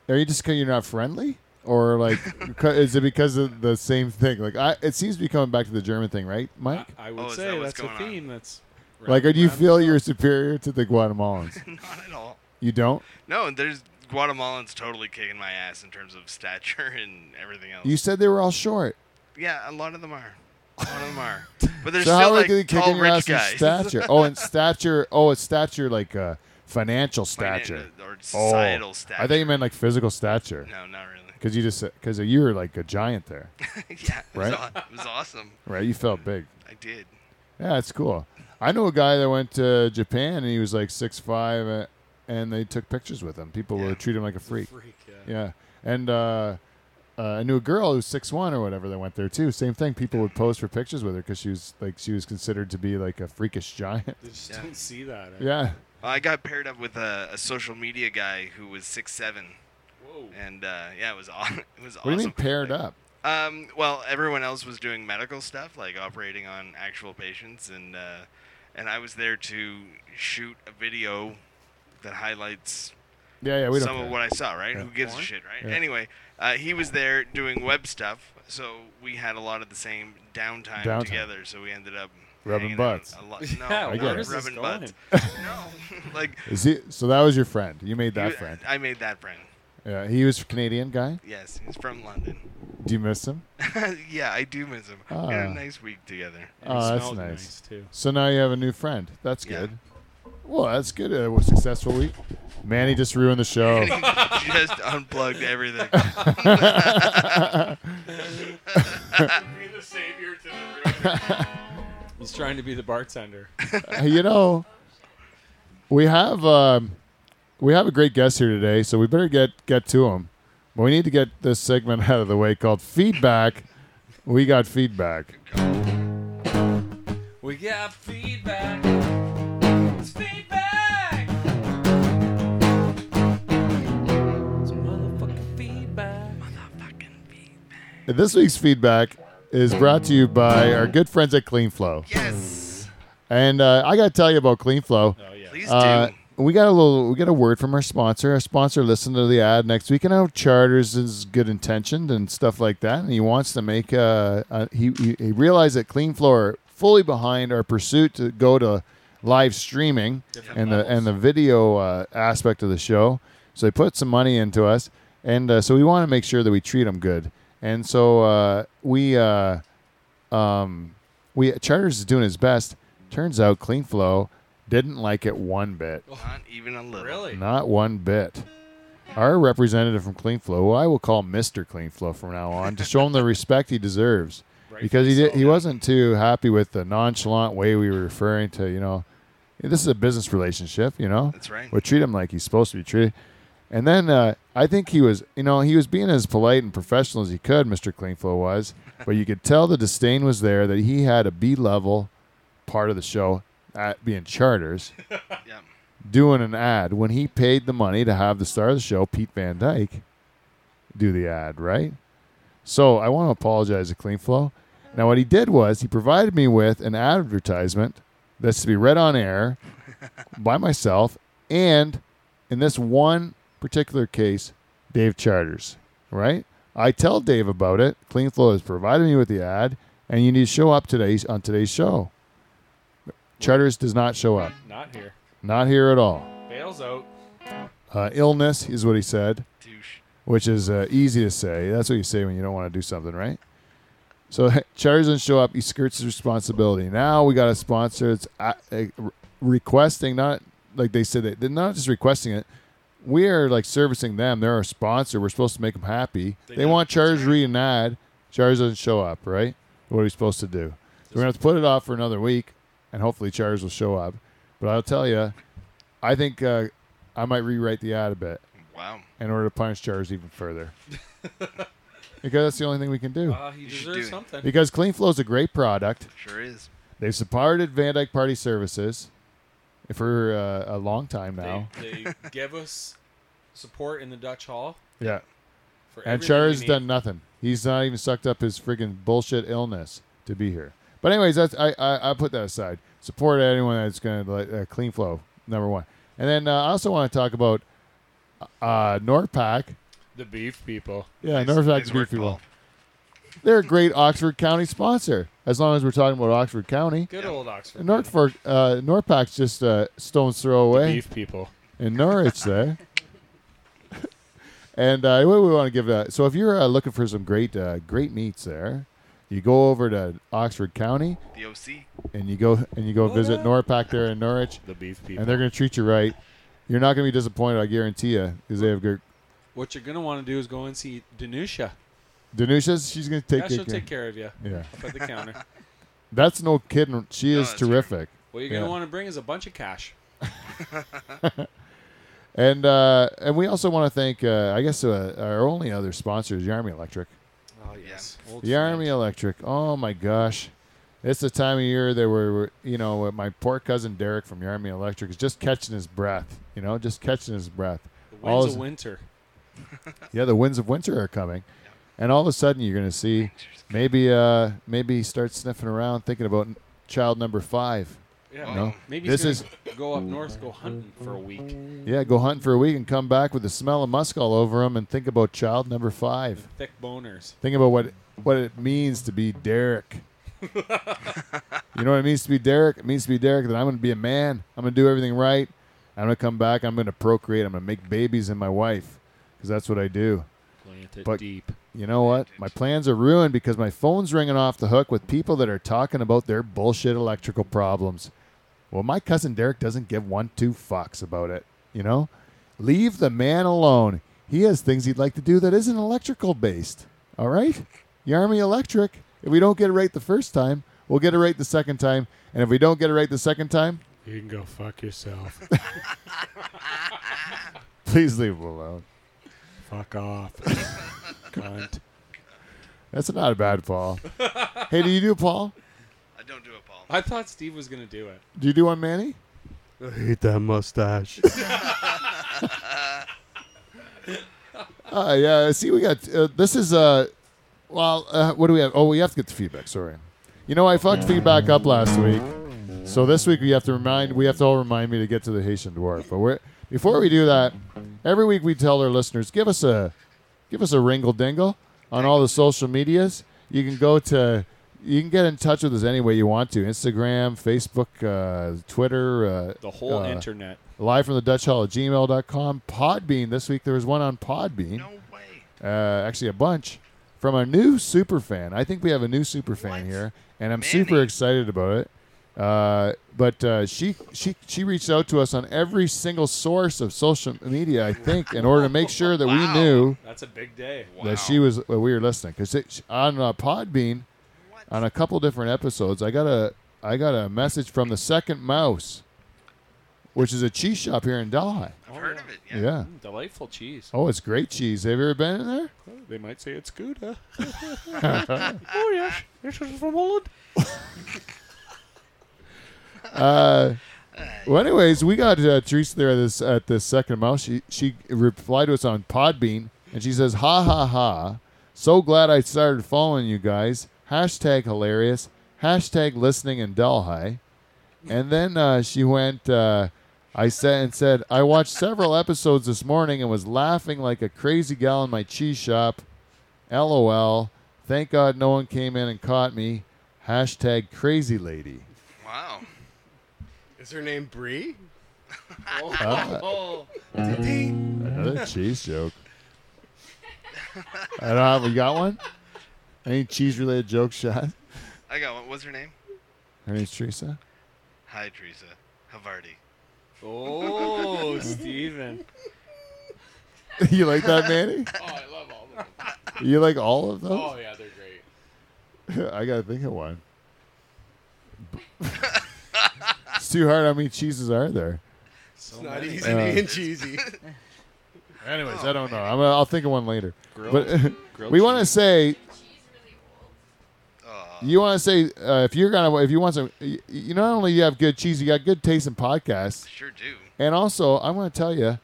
[SPEAKER 1] Are you just because you're not friendly, or like, 'cause- is it because of the same thing? Like, I it seems to be coming back to the German thing, right,
[SPEAKER 3] I,
[SPEAKER 1] Mike?
[SPEAKER 3] I would
[SPEAKER 2] Oh, is that
[SPEAKER 3] say
[SPEAKER 2] what's
[SPEAKER 3] that's
[SPEAKER 2] going
[SPEAKER 3] a
[SPEAKER 2] on?
[SPEAKER 3] theme that's
[SPEAKER 1] Like, or do you
[SPEAKER 3] wrapped
[SPEAKER 1] feel
[SPEAKER 3] around
[SPEAKER 1] you're superior to the Guatemalans?
[SPEAKER 2] Not at all.
[SPEAKER 1] You don't.
[SPEAKER 2] No, there's Guatemalans totally kicking my ass in terms of stature and everything else.
[SPEAKER 1] You said they were all short.
[SPEAKER 2] yeah, a lot of them are. A lot of them are. But they're
[SPEAKER 1] so
[SPEAKER 2] still
[SPEAKER 1] how
[SPEAKER 2] like
[SPEAKER 1] are they
[SPEAKER 2] tall
[SPEAKER 1] kicking your ass
[SPEAKER 2] rich guys.
[SPEAKER 1] in stature? Oh, and stature. Oh, it's stature like uh, financial
[SPEAKER 2] Finan-
[SPEAKER 1] stature.
[SPEAKER 2] Or
[SPEAKER 1] Oh,
[SPEAKER 2] societal stature.
[SPEAKER 1] I thought you meant like physical stature.
[SPEAKER 2] No, not really.
[SPEAKER 1] Because you just because you were like a giant there,
[SPEAKER 2] yeah, it was,
[SPEAKER 1] Right?
[SPEAKER 2] aw- it was awesome.
[SPEAKER 1] right? You felt big.
[SPEAKER 2] I did.
[SPEAKER 1] Yeah, it's cool. I know a guy that went to Japan and he was like six five, uh, and they took pictures with him. People
[SPEAKER 2] Yeah.
[SPEAKER 1] would treat him like a freak.
[SPEAKER 6] Freak, yeah.
[SPEAKER 1] Yeah, and uh, uh, I knew a girl who was six one or whatever that went there too. Same thing. People would pose for pictures with her because she was like she was considered to be like a freakish giant.
[SPEAKER 6] They just
[SPEAKER 2] Yeah.
[SPEAKER 6] don't see that. eh?
[SPEAKER 1] yeah.
[SPEAKER 2] I got paired up with a, a social media guy who was six seven,
[SPEAKER 6] Whoa.
[SPEAKER 2] and uh, yeah, it was aw- it was awesome.
[SPEAKER 1] What do you mean paired up?
[SPEAKER 2] Um, well, everyone else was doing medical stuff, like operating on actual patients, and uh, and I was there to shoot a video that highlights
[SPEAKER 1] Yeah, yeah, we don't.
[SPEAKER 2] some
[SPEAKER 1] care.
[SPEAKER 2] of what I saw, right? Who gives a
[SPEAKER 3] Porn?
[SPEAKER 2] shit, right?
[SPEAKER 1] Yeah.
[SPEAKER 2] Anyway, uh, he was there doing web stuff, so we had a lot of the same downtime,
[SPEAKER 1] Downtime.
[SPEAKER 2] together. So we ended up
[SPEAKER 1] Rubbing
[SPEAKER 2] hanging out
[SPEAKER 1] butts.
[SPEAKER 2] A lot. No,
[SPEAKER 3] Yeah,
[SPEAKER 1] I
[SPEAKER 2] not
[SPEAKER 1] get it.
[SPEAKER 3] where is this
[SPEAKER 2] rubbing
[SPEAKER 3] going?
[SPEAKER 2] butts. No, like
[SPEAKER 1] Is he, so that was your friend. You made
[SPEAKER 2] he
[SPEAKER 1] that
[SPEAKER 2] wa-
[SPEAKER 1] friend.
[SPEAKER 2] I made that friend.
[SPEAKER 1] Yeah, he was a Canadian guy.
[SPEAKER 2] Yes, he's from London.
[SPEAKER 1] Do you miss him?
[SPEAKER 2] yeah, I do miss him. We had
[SPEAKER 1] Ah.
[SPEAKER 2] a nice week together.
[SPEAKER 3] And he
[SPEAKER 1] Oh, that's
[SPEAKER 3] smelled
[SPEAKER 1] nice.
[SPEAKER 3] too.
[SPEAKER 1] So now you have a new friend. That's
[SPEAKER 2] Yeah.
[SPEAKER 1] good. Well, that's good. Uh, what a successful week. Manny just ruined the show.
[SPEAKER 2] Just unplugged everything.
[SPEAKER 6] Be the savior to the room.
[SPEAKER 3] He's trying to be the bartender.
[SPEAKER 1] you know, we have um, we have a great guest here today, so we better get get to him. But we need to get this segment out of the way called feedback. We got feedback.
[SPEAKER 3] We got feedback. It's feedback. It's motherfucking feedback.
[SPEAKER 1] This week's feedback is brought to you by our good friends at CleanFlow.
[SPEAKER 2] yes,
[SPEAKER 1] And uh, I got to tell you about CleanFlow.
[SPEAKER 3] Oh yeah.
[SPEAKER 2] please do.
[SPEAKER 1] Uh, we got a little we got a word from our sponsor. Our sponsor listened to the ad next week, and I know Charters is good intentioned and stuff like that, and he wants to make a, a he, he he realized that Clean Floor are fully behind our pursuit to go to live streaming and the and the video uh, aspect of the show. So they put some money into us, and uh, so we want to make sure that we treat them good, and so uh, we. Uh, um, we Charters is doing his best. Turns out Clean Flow didn't like it one bit,
[SPEAKER 2] Not even a little.
[SPEAKER 3] Really?
[SPEAKER 1] not one bit. Our representative from Clean Flow, who I will call Mister Clean Flow from now on, to show him the respect he deserves, because he did, he wasn't too happy with the nonchalant way we were referring to. You know, this is a business relationship. You know,
[SPEAKER 2] That's right.
[SPEAKER 1] we treat him like he's supposed to be treated. And then uh, I think he was, you know, he was being as polite and professional as he could, Mr. Klingflow was, but you could tell the disdain was there that he had a B level part of the show at being charters
[SPEAKER 2] Yeah.
[SPEAKER 1] doing an ad when he paid the money to have the star of the show, Pete Van Dyke, do the ad, right? So I want to apologize to Clean Flow. Now, what he did was he provided me with an advertisement that's to be read on air by myself and in this one particular case, Dave Charters, right? I tell Dave about it. Clean Flow has provided me with the ad, and you need to show up today's on today's show. Charters does not show up.
[SPEAKER 3] Not here.
[SPEAKER 1] Not here at all.
[SPEAKER 3] Bails out.
[SPEAKER 1] Uh, illness is what he said,
[SPEAKER 2] Douche.
[SPEAKER 1] which is uh, easy to say. That's what you say when you don't want to do something, right? So Charters doesn't show up. He skirts his responsibility. Now we got a sponsor that's uh, uh, re- requesting, not like they said, they, they're not just requesting it. We are like servicing them. They're our sponsor. We're supposed to make them happy. They,
[SPEAKER 2] do.
[SPEAKER 1] want Charters to read an ad. Charters doesn't show up, right? What are we supposed to do? So we're going to have to put it off for another week, and hopefully Charters will show up. But I'll tell you, I think uh, I might rewrite the ad a bit
[SPEAKER 2] Wow.
[SPEAKER 1] in order to punish Charters even further. because that's the only thing we can do.
[SPEAKER 3] Uh, he
[SPEAKER 2] You should do
[SPEAKER 3] deserves
[SPEAKER 2] it.
[SPEAKER 3] something.
[SPEAKER 1] because Clean Flow is a great product.
[SPEAKER 2] Sure is.
[SPEAKER 1] They've supported Van Dyke Party Services for uh, a long time
[SPEAKER 3] They,
[SPEAKER 1] now.
[SPEAKER 3] they give us support in the Dutch Hall
[SPEAKER 1] yeah.
[SPEAKER 3] for
[SPEAKER 1] And
[SPEAKER 3] everything we
[SPEAKER 1] Char's
[SPEAKER 3] need.
[SPEAKER 1] done nothing. He's not even sucked up his friggin' bullshit illness to be here. But anyways, that's I I, I put that aside. Support anyone that's going to like uh, clean flow number one. And then uh, I also want to talk about uh, NordPac.
[SPEAKER 3] the beef people.
[SPEAKER 1] Yeah,
[SPEAKER 2] Nice-
[SPEAKER 1] NordPac's
[SPEAKER 2] nice
[SPEAKER 1] beef
[SPEAKER 2] work,
[SPEAKER 1] people.
[SPEAKER 2] Paul.
[SPEAKER 1] They're a great Oxford County sponsor. As long as we're talking about Oxford County,
[SPEAKER 3] Good old Oxford.
[SPEAKER 1] And Northfork, uh, NordPac's just a stone's throw away
[SPEAKER 3] beef people.
[SPEAKER 1] in Norwich there. and uh, we, we want to give that. So if you're uh, looking for some great uh, great meats there, you go over to Oxford County
[SPEAKER 2] The OC.
[SPEAKER 1] and you go and you go visit Norpac there in Norwich,
[SPEAKER 3] The beef people.
[SPEAKER 1] and they're going to treat you right. You're not going to be disappointed, I guarantee you, because they have good.
[SPEAKER 3] what you're gonna want to do is go and see Danusha.
[SPEAKER 1] Danusha's, she's going to take
[SPEAKER 3] yeah,
[SPEAKER 1] good
[SPEAKER 3] she'll
[SPEAKER 1] care.
[SPEAKER 3] take care of you
[SPEAKER 1] Yeah,
[SPEAKER 3] up at the counter.
[SPEAKER 1] that's no kidding. She
[SPEAKER 2] No,
[SPEAKER 1] is
[SPEAKER 2] that's fair.
[SPEAKER 1] terrific.
[SPEAKER 3] What you're gonna
[SPEAKER 1] Yeah.
[SPEAKER 3] want to bring is a bunch of cash.
[SPEAKER 1] And uh, and we also want to thank, uh, I guess, uh, our only other sponsor is Army Electric.
[SPEAKER 3] Oh
[SPEAKER 2] yes.
[SPEAKER 3] Old
[SPEAKER 1] The Army Electric. Oh my gosh. It's the time of year that we're, you know, my poor cousin Derek from the Army Electric is just catching his breath, you know, just catching his breath.
[SPEAKER 3] The
[SPEAKER 1] All
[SPEAKER 3] winds
[SPEAKER 1] his-
[SPEAKER 3] of winter.
[SPEAKER 1] yeah, the winds of winter are coming. And all of a sudden you're going to see maybe uh maybe start sniffing around thinking about n- child number 5.
[SPEAKER 3] Yeah.
[SPEAKER 2] No.
[SPEAKER 3] Maybe
[SPEAKER 1] This
[SPEAKER 3] this
[SPEAKER 1] is-
[SPEAKER 3] is go up north, go hunting for a week,
[SPEAKER 1] Yeah, go hunting for a week and come back with the smell of musk all over him and think about child number 5.
[SPEAKER 3] thick boners.
[SPEAKER 1] Think about what what it means to be Derek. you know what it means to be Derek? It means to be Derek that I'm going to be a man. I'm going to do everything right. I'm going to come back. I'm going to procreate. I'm going to make babies and my wife because that's what I do.
[SPEAKER 3] Plant it
[SPEAKER 1] But-
[SPEAKER 3] deep.
[SPEAKER 1] You know what? My plans are ruined because my phone's ringing off the hook with people that are talking about their bullshit electrical problems. Well, my cousin Derek doesn't give one two fucks about it. You know, leave the man alone. He has things he'd like to do that isn't electrical based. All right, the Army Electric. If we don't get it right the first time, we'll get it right the second time. And if we don't get it right the second time,
[SPEAKER 3] You can go fuck yourself.
[SPEAKER 1] please leave it alone.
[SPEAKER 3] fuck off. Cunt.
[SPEAKER 1] That's not a bad Paul. hey, do you do Paul?
[SPEAKER 2] I don't do it, Paul.
[SPEAKER 3] I thought Steve was gonna do it.
[SPEAKER 1] Do you do one, Manny?
[SPEAKER 7] I hate that mustache.
[SPEAKER 1] Uh, yeah. See, we got uh, this is uh, well, uh, what do we have? Oh, we have to get the feedback. Sorry, you know I fucked feedback up last week, So this week we have to remind we have to all remind me to get to the Haitian dwarf. But we're, before we do that, every week we tell our listeners give us a give us a ringle dingle on all the social medias. You can go to you can get in touch with us any way you want to Instagram, Facebook, uh, Twitter, uh,
[SPEAKER 3] The whole
[SPEAKER 1] uh,
[SPEAKER 3] internet.
[SPEAKER 1] live from the Dutch Hall at gmail.com. Podbean this week there was one on Podbean,
[SPEAKER 2] No way.
[SPEAKER 1] uh, actually a bunch from our new super fan. I think we have a new super fan
[SPEAKER 2] What?
[SPEAKER 1] here, and I'm
[SPEAKER 2] Manny.
[SPEAKER 1] super excited about it. Uh, but uh, she she she reached out to us on every single source of social media, I think, in order to make sure that
[SPEAKER 2] Wow.
[SPEAKER 1] we knew
[SPEAKER 3] That's a big day.
[SPEAKER 2] Wow.
[SPEAKER 1] that she was uh, we were listening because on uh, Podbean
[SPEAKER 2] What?
[SPEAKER 1] on a couple different episodes, I got a I got a message from the Second Mouse, which is a cheese shop here in Delhi.
[SPEAKER 2] I've heard of it.
[SPEAKER 1] Yeah.
[SPEAKER 2] Yeah.
[SPEAKER 3] Mm, delightful cheese.
[SPEAKER 1] Oh, it's great cheese. Have you ever been in there?
[SPEAKER 3] They might say it's good, huh? oh, yes. This is from Holland.
[SPEAKER 1] Uh, well, anyways, we got uh, Teresa there at this at this Second Mouse. She she replied to us on Podbean, and she says, "Ha ha ha! So glad I started following you guys. Hashtag hilarious. Hashtag listening in Delhi." And then uh, she went. Uh, I said and said, "I watched several episodes this morning and was laughing like a crazy gal in my cheese shop." LOL. Thank God no one came in and caught me. Hashtag crazy lady.
[SPEAKER 2] Wow.
[SPEAKER 7] Is her name Bree?
[SPEAKER 1] Uh,
[SPEAKER 4] Oh,
[SPEAKER 1] Another cheese joke. I don't have. We got one. Any cheese-related jokes, Shad?
[SPEAKER 2] I got one. What's her name?
[SPEAKER 1] Her name's Teresa.
[SPEAKER 2] Hi, Teresa. Havarti.
[SPEAKER 3] Oh, Steven.
[SPEAKER 1] you like that, Manny?
[SPEAKER 6] Oh, I love all of them.
[SPEAKER 1] You like all of
[SPEAKER 6] Oh
[SPEAKER 1] those?
[SPEAKER 6] yeah, they're great.
[SPEAKER 1] I gotta think of one. it's too hard. How many cheeses are there?
[SPEAKER 7] It's not easy
[SPEAKER 1] Uh,
[SPEAKER 7] and cheesy.
[SPEAKER 1] Anyways,
[SPEAKER 6] Oh,
[SPEAKER 1] I don't know. I'm, I'll think of one later.
[SPEAKER 3] Grilled,
[SPEAKER 1] But
[SPEAKER 3] grilled
[SPEAKER 1] we want to
[SPEAKER 3] cheese.
[SPEAKER 1] say
[SPEAKER 2] Oh,
[SPEAKER 1] you want to say uh, if you're gonna if you want some you, you not only you have good cheese, you got good taste in podcasts,
[SPEAKER 2] sure do.
[SPEAKER 1] and also I'm gonna tell you,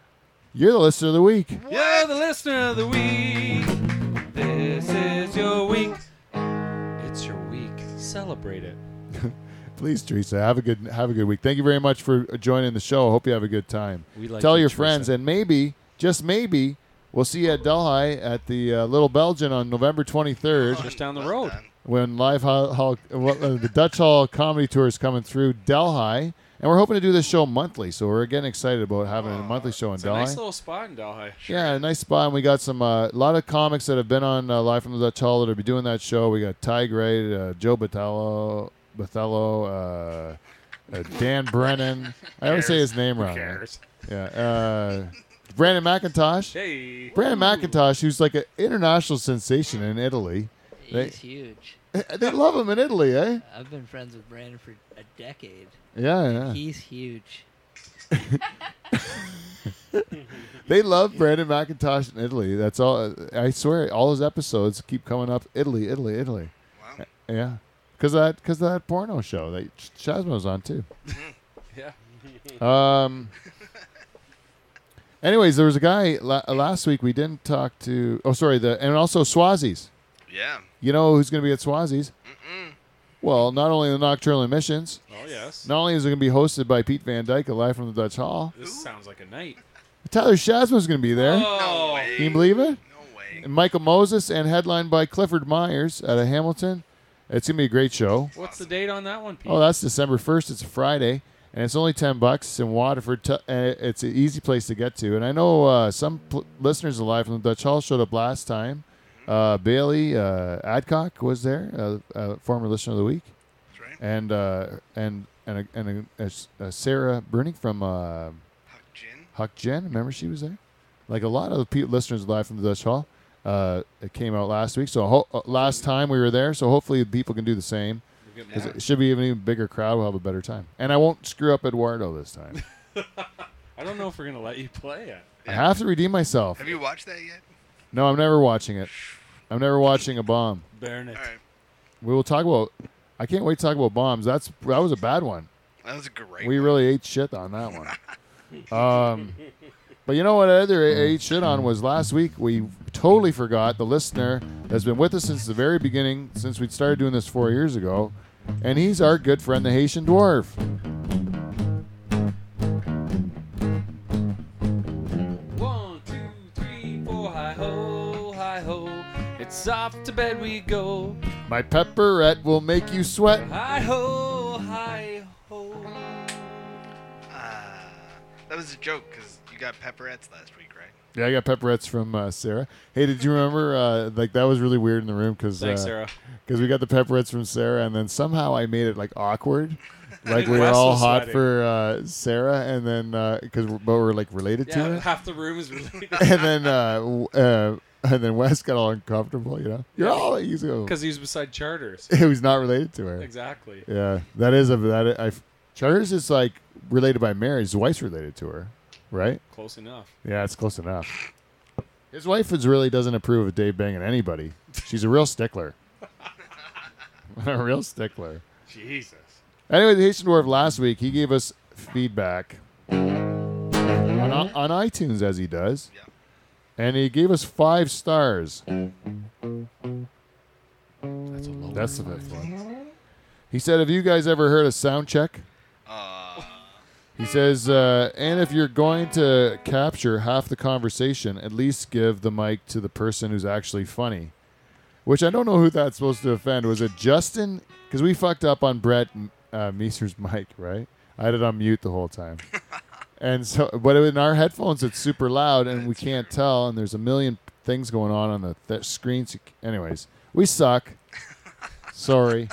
[SPEAKER 1] you're the listener of the week.
[SPEAKER 3] You're the listener of the week. This is your week. It's your week. Celebrate it.
[SPEAKER 1] Please, Teresa, have a good have a good week. Thank you very much for uh, joining the show. I hope you have a good time.
[SPEAKER 3] We like
[SPEAKER 1] Tell
[SPEAKER 3] you,
[SPEAKER 1] your
[SPEAKER 3] Teresa.
[SPEAKER 1] friends, and maybe just maybe we'll see you at Delhi at the uh, Little Belgian on November 23rd
[SPEAKER 3] Just down the
[SPEAKER 2] Well
[SPEAKER 3] road.
[SPEAKER 2] done.
[SPEAKER 1] when live hall, hall, what- uh, the Dutch Hall Comedy Tour is coming through Delhi, and we're hoping to do this show monthly. So we're getting excited about having a monthly show in
[SPEAKER 3] It's a
[SPEAKER 1] Delhi.
[SPEAKER 3] nice little spot in Delhi.
[SPEAKER 1] Yeah, a nice spot. And we got some uh, a lot of comics that have been on uh, live from the Dutch Hall that will be doing that show. We got Ty Gray, uh, Joe Battello, Bathello, uh, uh, Dan Brennan. I always say his name wrong. Yeah, uh, Brandon McIntosh.
[SPEAKER 3] Hey.
[SPEAKER 1] Brandon McIntosh, who's like an international sensation in Italy.
[SPEAKER 4] he's
[SPEAKER 1] They-
[SPEAKER 4] huge.
[SPEAKER 1] they love him in Italy, eh?
[SPEAKER 4] I've been friends with Brandon for a decade.
[SPEAKER 1] Yeah, yeah.
[SPEAKER 4] He's huge.
[SPEAKER 1] They love Brandon McIntosh in Italy. That's all. I swear, all his episodes keep coming up Italy, Italy, Italy.
[SPEAKER 2] Wow.
[SPEAKER 1] Yeah, because that because that porno show that Shazma was on too.
[SPEAKER 3] Yeah.
[SPEAKER 1] Um. anyways, there was a guy la- uh, last week we didn't talk to. Oh, sorry. The and also Swazi's.
[SPEAKER 2] Yeah.
[SPEAKER 1] You know who's going to be at Swazi's?
[SPEAKER 2] Mm-mm.
[SPEAKER 1] Well, not only the Nocturnal Emissions,
[SPEAKER 3] Oh, yes.
[SPEAKER 1] not only is it going to be hosted by Pete Van Dyke, live from the Dutch Hall.
[SPEAKER 3] This sounds like a night.
[SPEAKER 1] Tyler Shazma's going to be there.
[SPEAKER 2] No
[SPEAKER 3] Oh.
[SPEAKER 2] way.
[SPEAKER 1] Can you believe it?
[SPEAKER 2] No way.
[SPEAKER 1] And Michael Moses and headlined by Clifford Myers out of Hamilton. It's going to be a great show.
[SPEAKER 3] What's the date on that one, Pete?
[SPEAKER 1] Oh, that's December first. It's a Friday, and it's only ten bucks. It's in Waterford. T- uh, it's an easy place to get to. And I know uh, some pl- listeners alive from the Dutch Hall showed up last time. Uh, Bailey uh, Adcock was there, uh, uh, former listener of the week,
[SPEAKER 2] That's right.
[SPEAKER 1] and uh, and and a, and a, a s- a Sarah Bruning from uh,
[SPEAKER 2] Huck Jin.
[SPEAKER 1] Huck Jen. Remember she was there? Like a lot of the pe- listeners live from the Dutch Hall. Uh, it came out last week, so ho- uh, last time we were there. So hopefully people can do the same.
[SPEAKER 3] We're getting
[SPEAKER 1] Because it should be an even bigger crowd. We'll have a better time. And I won't screw up Eduardo this time.
[SPEAKER 3] I don't know if we're gonna let you play it.
[SPEAKER 1] I have to redeem myself.
[SPEAKER 2] Have you watched that yet?
[SPEAKER 1] No, I'm never watching it. I'm never watching a bomb.
[SPEAKER 3] Burn it.
[SPEAKER 2] All right.
[SPEAKER 1] We will talk about. I can't wait to talk about bombs. That's that was a bad one.
[SPEAKER 2] That was a great.
[SPEAKER 1] We
[SPEAKER 2] one.
[SPEAKER 1] really ate shit on that one. Um, but you know what? Other ate shit on was last week. We totally forgot the listener that's been with us since the very beginning, since we started doing this four years ago. and he's our good friend, the Haitian dwarf.
[SPEAKER 5] One, two, three, four, hi ho, hi ho. It's off to bed we go.
[SPEAKER 1] My pepperette will make you sweat.
[SPEAKER 5] Hi ho, hi ho.
[SPEAKER 2] Ah, that was a joke because you got pepperettes last week, right?
[SPEAKER 1] Yeah, I got pepperettes from uh, Sarah. Hey, did you remember? Uh, like that was really weird in the room uh, because
[SPEAKER 3] Thanks, Sarah.
[SPEAKER 1] because we got the pepperettes from Sarah, and then somehow I made it like awkward, like we were
[SPEAKER 3] Wes
[SPEAKER 1] all
[SPEAKER 3] was
[SPEAKER 1] hot
[SPEAKER 3] sweating.
[SPEAKER 1] for uh, Sarah, and then because we're, but we're like related to
[SPEAKER 3] Yeah,
[SPEAKER 1] it,
[SPEAKER 3] half the room is related
[SPEAKER 1] and then uh, w- uh, and then Wes got all uncomfortable. You know, you're all he's go.
[SPEAKER 3] because he's beside charters.
[SPEAKER 1] It was not related to her.
[SPEAKER 3] Exactly.
[SPEAKER 1] Yeah, that is a that I Charters is like related by marriage. His wife's related to her, right?
[SPEAKER 3] Close enough.
[SPEAKER 1] Yeah, it's close enough. His wife is really doesn't approve of Dave banging anybody. She's a real stickler. a real stickler.
[SPEAKER 6] Jesus.
[SPEAKER 1] Anyway, the Haitian Dwarf last week, he gave us feedback on, on iTunes, as he does.
[SPEAKER 2] Yeah.
[SPEAKER 1] And he gave us five stars.
[SPEAKER 3] That's a low.
[SPEAKER 1] That's the fifth one. He said, Have you guys ever heard of sound check?
[SPEAKER 2] Uh,
[SPEAKER 1] He says, uh, and if you're going to capture half the conversation, at least give the mic to the person who's actually funny. Which I don't know who that's supposed to offend. Was it Justin? Because we fucked up on Brett uh, Meeser's mic, right? I had it on mute the whole time. and so, but in our headphones, it's super loud and we can't tell. And there's a million things going on on the th- screen. So- Anyways, we suck. Sorry.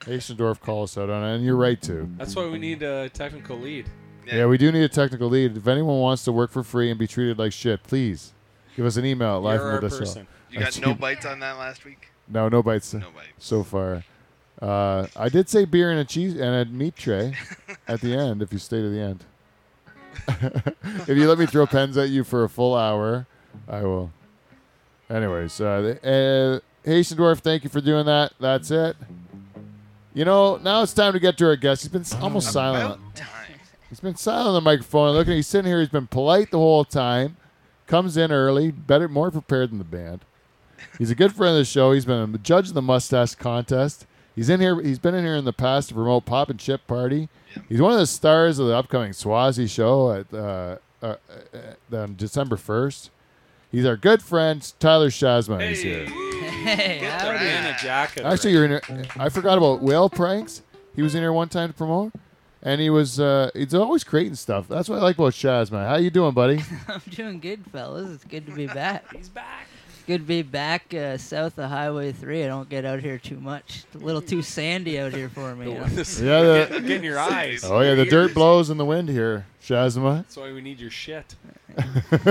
[SPEAKER 1] Haisendorf called us out on it, and you're right too.
[SPEAKER 3] That's why we need a technical lead.
[SPEAKER 1] Yeah, we do need a technical lead. If anyone wants to work for free and be treated like shit, please give us an email at live
[SPEAKER 3] You're our person.
[SPEAKER 2] you got no bites on that last week.
[SPEAKER 1] No, no bites
[SPEAKER 2] No bites.
[SPEAKER 1] so far. Uh, I did say beer and a cheese and a meat tray at the end. If you stay to the end, if you let me throw pens at you for a full hour, I will. Anyways, uh, the, uh, Haitian dwarf, thank you for doing that. That's it. You know, now it's time to get to our guest. He's been s- almost silent.
[SPEAKER 2] About time.
[SPEAKER 1] He's been silent on the microphone. Looking, he's sitting here. He's been polite the whole time. Comes in early, better, more prepared than the band. He's a good friend of the show. He's been a judge of the mustache contest. He's in here. He's been in here in the past to promote Pop and Chip Party.
[SPEAKER 2] Yep.
[SPEAKER 1] He's one of the stars of the upcoming Swazi show at uh, uh, uh, on December first. He's our good friend Tyler Shazman. is here.
[SPEAKER 4] Hey,
[SPEAKER 2] the
[SPEAKER 4] howdy.
[SPEAKER 2] rat.
[SPEAKER 3] In a jacket.
[SPEAKER 1] Actually, you're in. here- I forgot about whale pranks. He was in here one time to promote, and he was. Uh, he's always creating stuff. That's what I like about Shaz, man. How you doing, buddy?
[SPEAKER 4] I'm doing good, fellas. It's good to be back. He's back. It's good to be back uh, south of Highway 3. I don't get out here too much. It's a little too sandy out here for me. you know?
[SPEAKER 1] yeah. The,
[SPEAKER 3] Get in your eyes.
[SPEAKER 1] oh yeah, the dirt blows in the wind here, Shazma.
[SPEAKER 3] That's why we need your shit.